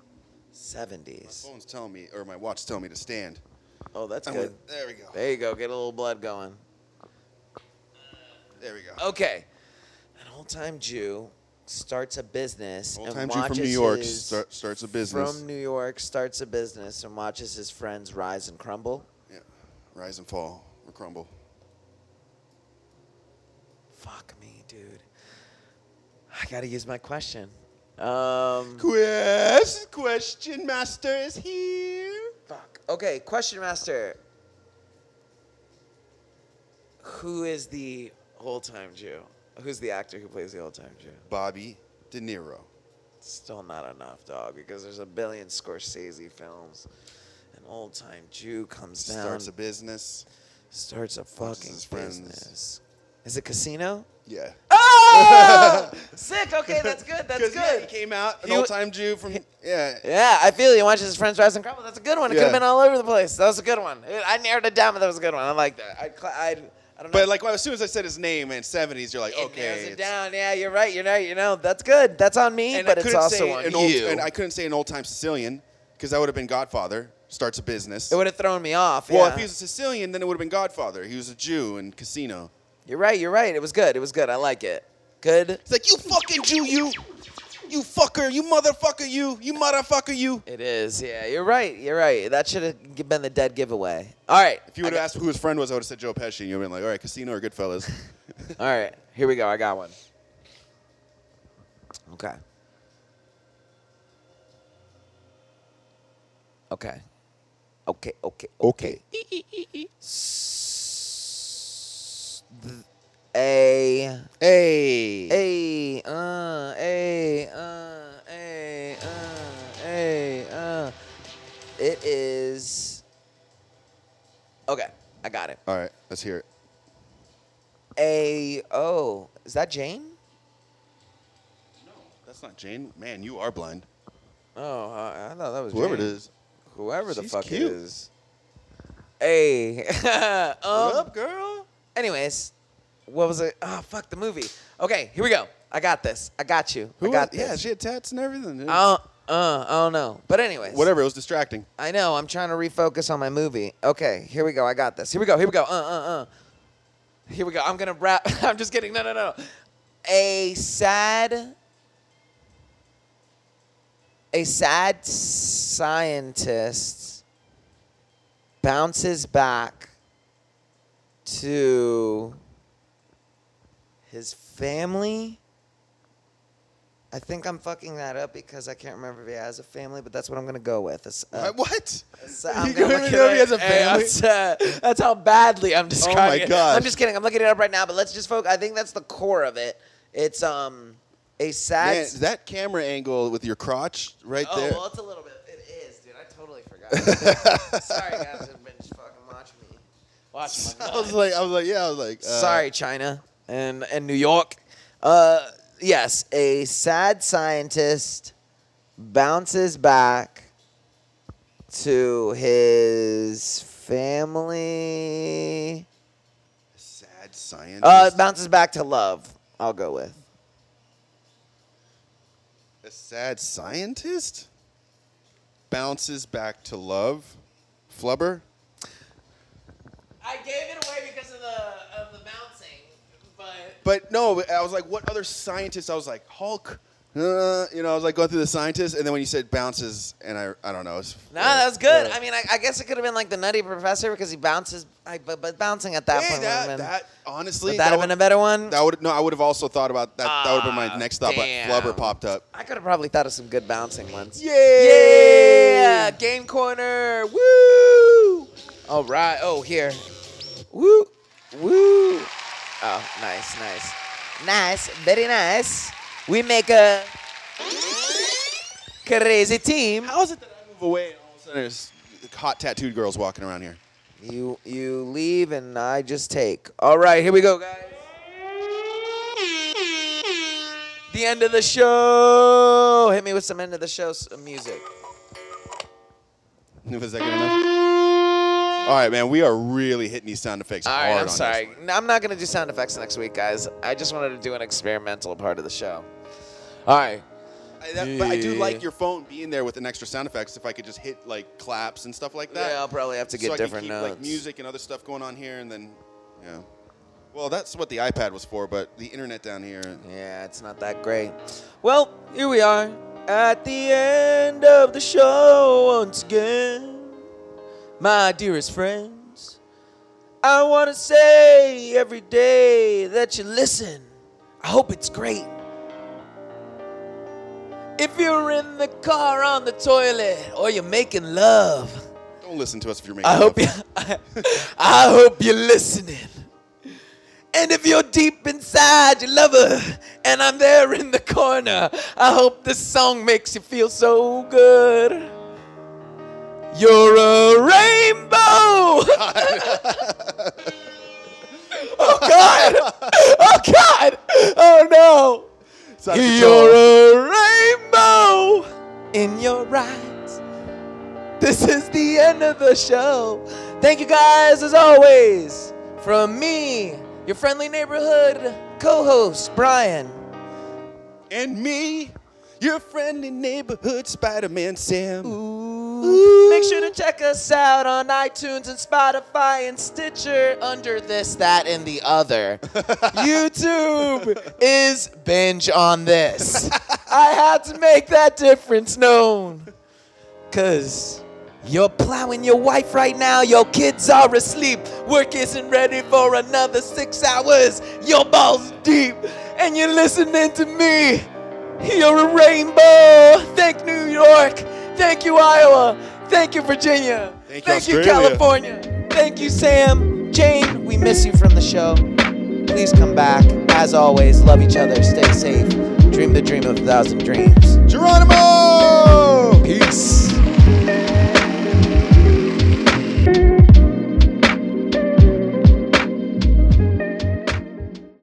Speaker 2: My
Speaker 1: 70s.
Speaker 2: phone's telling me, or my watch's telling me to stand.
Speaker 1: Oh, that's
Speaker 2: Oh. I'm
Speaker 1: good.
Speaker 2: like, there we go.
Speaker 1: There you go. Get a little blood going.
Speaker 2: There we go.
Speaker 1: Okay. An old time Jew starts a business.
Speaker 2: Old
Speaker 1: and
Speaker 2: time Jew from New
Speaker 1: watches
Speaker 2: York
Speaker 1: his-
Speaker 2: start, starts a business.
Speaker 1: From New York starts a business and watches his friends rise and crumble.
Speaker 2: yeah. Rise and fall or crumble.
Speaker 1: Fuck me, dude. I gotta use my question. Um,
Speaker 2: Quiz question master is here.
Speaker 1: fuck. Okay, question master. Who is the whole time Jew? Who's the actor who plays the old time Jew?
Speaker 2: Bobby De Niro.
Speaker 1: Still not enough, dog, because there's a billion Scorsese films. An old time Jew comes down,
Speaker 2: Starts a business.
Speaker 1: starts a
Speaker 2: watches
Speaker 1: fucking
Speaker 2: his friends.
Speaker 1: business. Is it casino?
Speaker 2: Yeah.
Speaker 1: Oh! Sick. Okay, that's good. That's
Speaker 2: 'Cause, yeah,
Speaker 1: good.
Speaker 2: he came out, an
Speaker 1: He wa-
Speaker 2: old time Jew from. Yeah.
Speaker 1: Yeah, I feel you. Watches his friends rise and crumble. That's a good one. It could
Speaker 2: Yeah.
Speaker 1: have been all over the place. That was a good one. It- I narrowed it down, but that was a good one. I like that. I, cla I, I don't know.
Speaker 2: But like well, as soon as I said his name in seventies, you're like,
Speaker 1: it
Speaker 2: okay.
Speaker 1: narrows it
Speaker 2: it's-
Speaker 1: down. Yeah, you're right. You're right. You know, that's good. That's on me,
Speaker 2: And I
Speaker 1: but it's
Speaker 2: couldn't
Speaker 1: also
Speaker 2: say
Speaker 1: on
Speaker 2: an old,
Speaker 1: you.
Speaker 2: And I couldn't say an old time Sicilian because that would have been Godfather. Starts a business.
Speaker 1: it would have thrown me off.
Speaker 2: well,
Speaker 1: yeah.
Speaker 2: if he was a Sicilian, then it would have been Godfather. He was a Jew in Casino.
Speaker 1: you're right. You're right. It was good. It was good. I like it. Good.
Speaker 2: It's like you fucking Jew, you, you fucker, you motherfucker, you, you motherfucker, you.
Speaker 1: It is. Yeah, you're right. You're right. That should have been the dead giveaway. All right.
Speaker 2: If you would have asked who his friend was, I would have said Joe Pesci. You'd have been like, all right, Casino or Goodfellas.
Speaker 1: All right. Here we go. I got one. Okay. Okay. Okay, okay, okay. S- th- A. A.
Speaker 2: hey.
Speaker 1: Uh. A. Uh. A. Uh. A. Uh. It is. Okay, I got it.
Speaker 2: All right, let's hear it.
Speaker 1: A. O. Is that Jane?
Speaker 2: That's not Jane. Man, you are blind.
Speaker 1: Oh, I, I thought that was
Speaker 2: Whoever it
Speaker 1: Jane.
Speaker 2: is.
Speaker 1: Whoever the
Speaker 2: She's
Speaker 1: fuck
Speaker 2: cute.
Speaker 1: it is. Hey.
Speaker 2: What
Speaker 1: um,
Speaker 2: up, girl?
Speaker 1: anyways, what was it? Oh, fuck the movie. Okay, here we go. I got this. I got you. I got
Speaker 2: Yeah,
Speaker 1: this.
Speaker 2: she had tats and everything. dude.
Speaker 1: I don't, uh, I don't know. But anyways.
Speaker 2: Oh. Whatever, it was distracting.
Speaker 1: I know. I'm trying to refocus on my movie. Okay, here we go. I got this. Here we go. Here we go. Uh, uh, uh. Here we go. I'm gonna wrap. I'm just kidding. No, no, no. no. A sad, a sad scientist bounces back to his family. I think I'm fucking that up because I can't remember if he has a family, but that's what I'm gonna go with. It's, uh,
Speaker 2: Uh, what?
Speaker 1: so I'm
Speaker 2: You
Speaker 1: gonna look
Speaker 2: don't even
Speaker 1: it
Speaker 2: know if he
Speaker 1: up.
Speaker 2: has a
Speaker 1: Hey,
Speaker 2: family? Oh
Speaker 1: that's, uh, that's how badly I'm describing it.
Speaker 2: gosh.
Speaker 1: I'm just kidding. I'm looking it up right now, but let's just focus. I think that's the core of it. It's um a sad.
Speaker 2: Man, that camera angle with your crotch right
Speaker 1: oh,
Speaker 2: there.
Speaker 1: well, it's a little bit. It is, dude. I totally forgot. Sorry, guys. I've been just fucking watching me. Watch my.
Speaker 2: I was like, I was like, yeah, I was like. uh,
Speaker 1: Sorry, China and and New York. Uh, yes, a sad scientist bounces back to his family.
Speaker 2: mad scientist.
Speaker 1: Uh, it bounces back to love. I'll go with.
Speaker 2: a sad scientist bounces back to love. Flubber.
Speaker 5: I gave it away because of the of the bouncing, but
Speaker 2: But no, I was like, what other scientist? I was like, Hulk. Uh, you know, I was like going through the scientists, and then when you said bounces, and I, I don't know. It's,
Speaker 1: No, that was good. I mean, I, I guess it could have been like the Nutty Professor because he bounces, I, but, but bouncing at that
Speaker 2: Hey,
Speaker 1: point.
Speaker 2: Eh, that,
Speaker 1: would've been-
Speaker 2: that honestly,
Speaker 1: would that have
Speaker 2: would-
Speaker 1: been a better one?
Speaker 2: That would no, I would have also thought about that. that would have been
Speaker 1: Ah,
Speaker 2: my next thought,
Speaker 1: damn.
Speaker 2: but Flubber popped up.
Speaker 1: I could have probably thought of some good bouncing ones.
Speaker 2: Yay!
Speaker 1: Yeah, game corner. Woo! All right. Oh, here. Woo! Woo! Oh, nice, nice, nice, very nice. We make a crazy team.
Speaker 2: How is it that I move away and all of a sudden there's hot tattooed girls walking around here?
Speaker 1: You you leave and I just take. All right, here we go, guys. The end of the show. Hit me with some end of the show s- uh, music.
Speaker 2: Was that good enough? All right, man, we are really hitting these sound effects
Speaker 1: All
Speaker 2: hard
Speaker 1: right,
Speaker 2: on
Speaker 1: I'm
Speaker 2: this
Speaker 1: sorry.
Speaker 2: one.
Speaker 1: No, I'm not gonna do sound effects next week, guys. I just wanted to do an experimental part of the show. All right.
Speaker 2: I, that, but I do
Speaker 6: Yeah.
Speaker 2: like your phone being there with an extra sound effects. If I could just hit like claps and stuff like that,
Speaker 1: Yeah, I'll probably have to get
Speaker 2: so
Speaker 1: different
Speaker 2: I can keep,
Speaker 1: notes.
Speaker 2: like music and other stuff going on here, and then yeah. Well, that's what the iPad was for, but the internet down here.
Speaker 1: Yeah, it's not that great. Well, here we are at the end of the show once again. My dearest friends, I want to say every day that you listen, I hope it's great. If you're in the car on the toilet or you're making love,
Speaker 2: Don't listen to us if you're making.
Speaker 1: I hope
Speaker 2: love.
Speaker 1: you. I, I hope you're listening. And if you're deep inside your lover, and I'm there in the corner, I hope this song makes you feel so good. You're a rainbow. oh God! Oh God! Oh no!
Speaker 2: It's out of
Speaker 1: You're
Speaker 2: control.
Speaker 1: a rainbow in your eyes. This is the end of the show. Thank you guys, as always, from me, your friendly neighborhood co host, Brian.
Speaker 2: and me, your friendly neighborhood Spider-Man Sam.
Speaker 1: Make sure to check us out on iTunes and Spotify and Stitcher under this, that, and the other. YouTube is binge on this. I had to make that difference known. Cause you're plowing your wife right now, your kids are asleep, work isn't ready for another six hours, your balls deep, and you're listening to me. You're a rainbow. Thank New York. Thank you, Iowa. Thank you, Virginia.
Speaker 2: Thank you,
Speaker 1: you,
Speaker 2: Australia.
Speaker 1: California. Thank you, Sam. Jane, we miss you from the show. Please come back. As always, love each other. Stay safe. Dream the dream of a thousand dreams.
Speaker 2: Geronimo!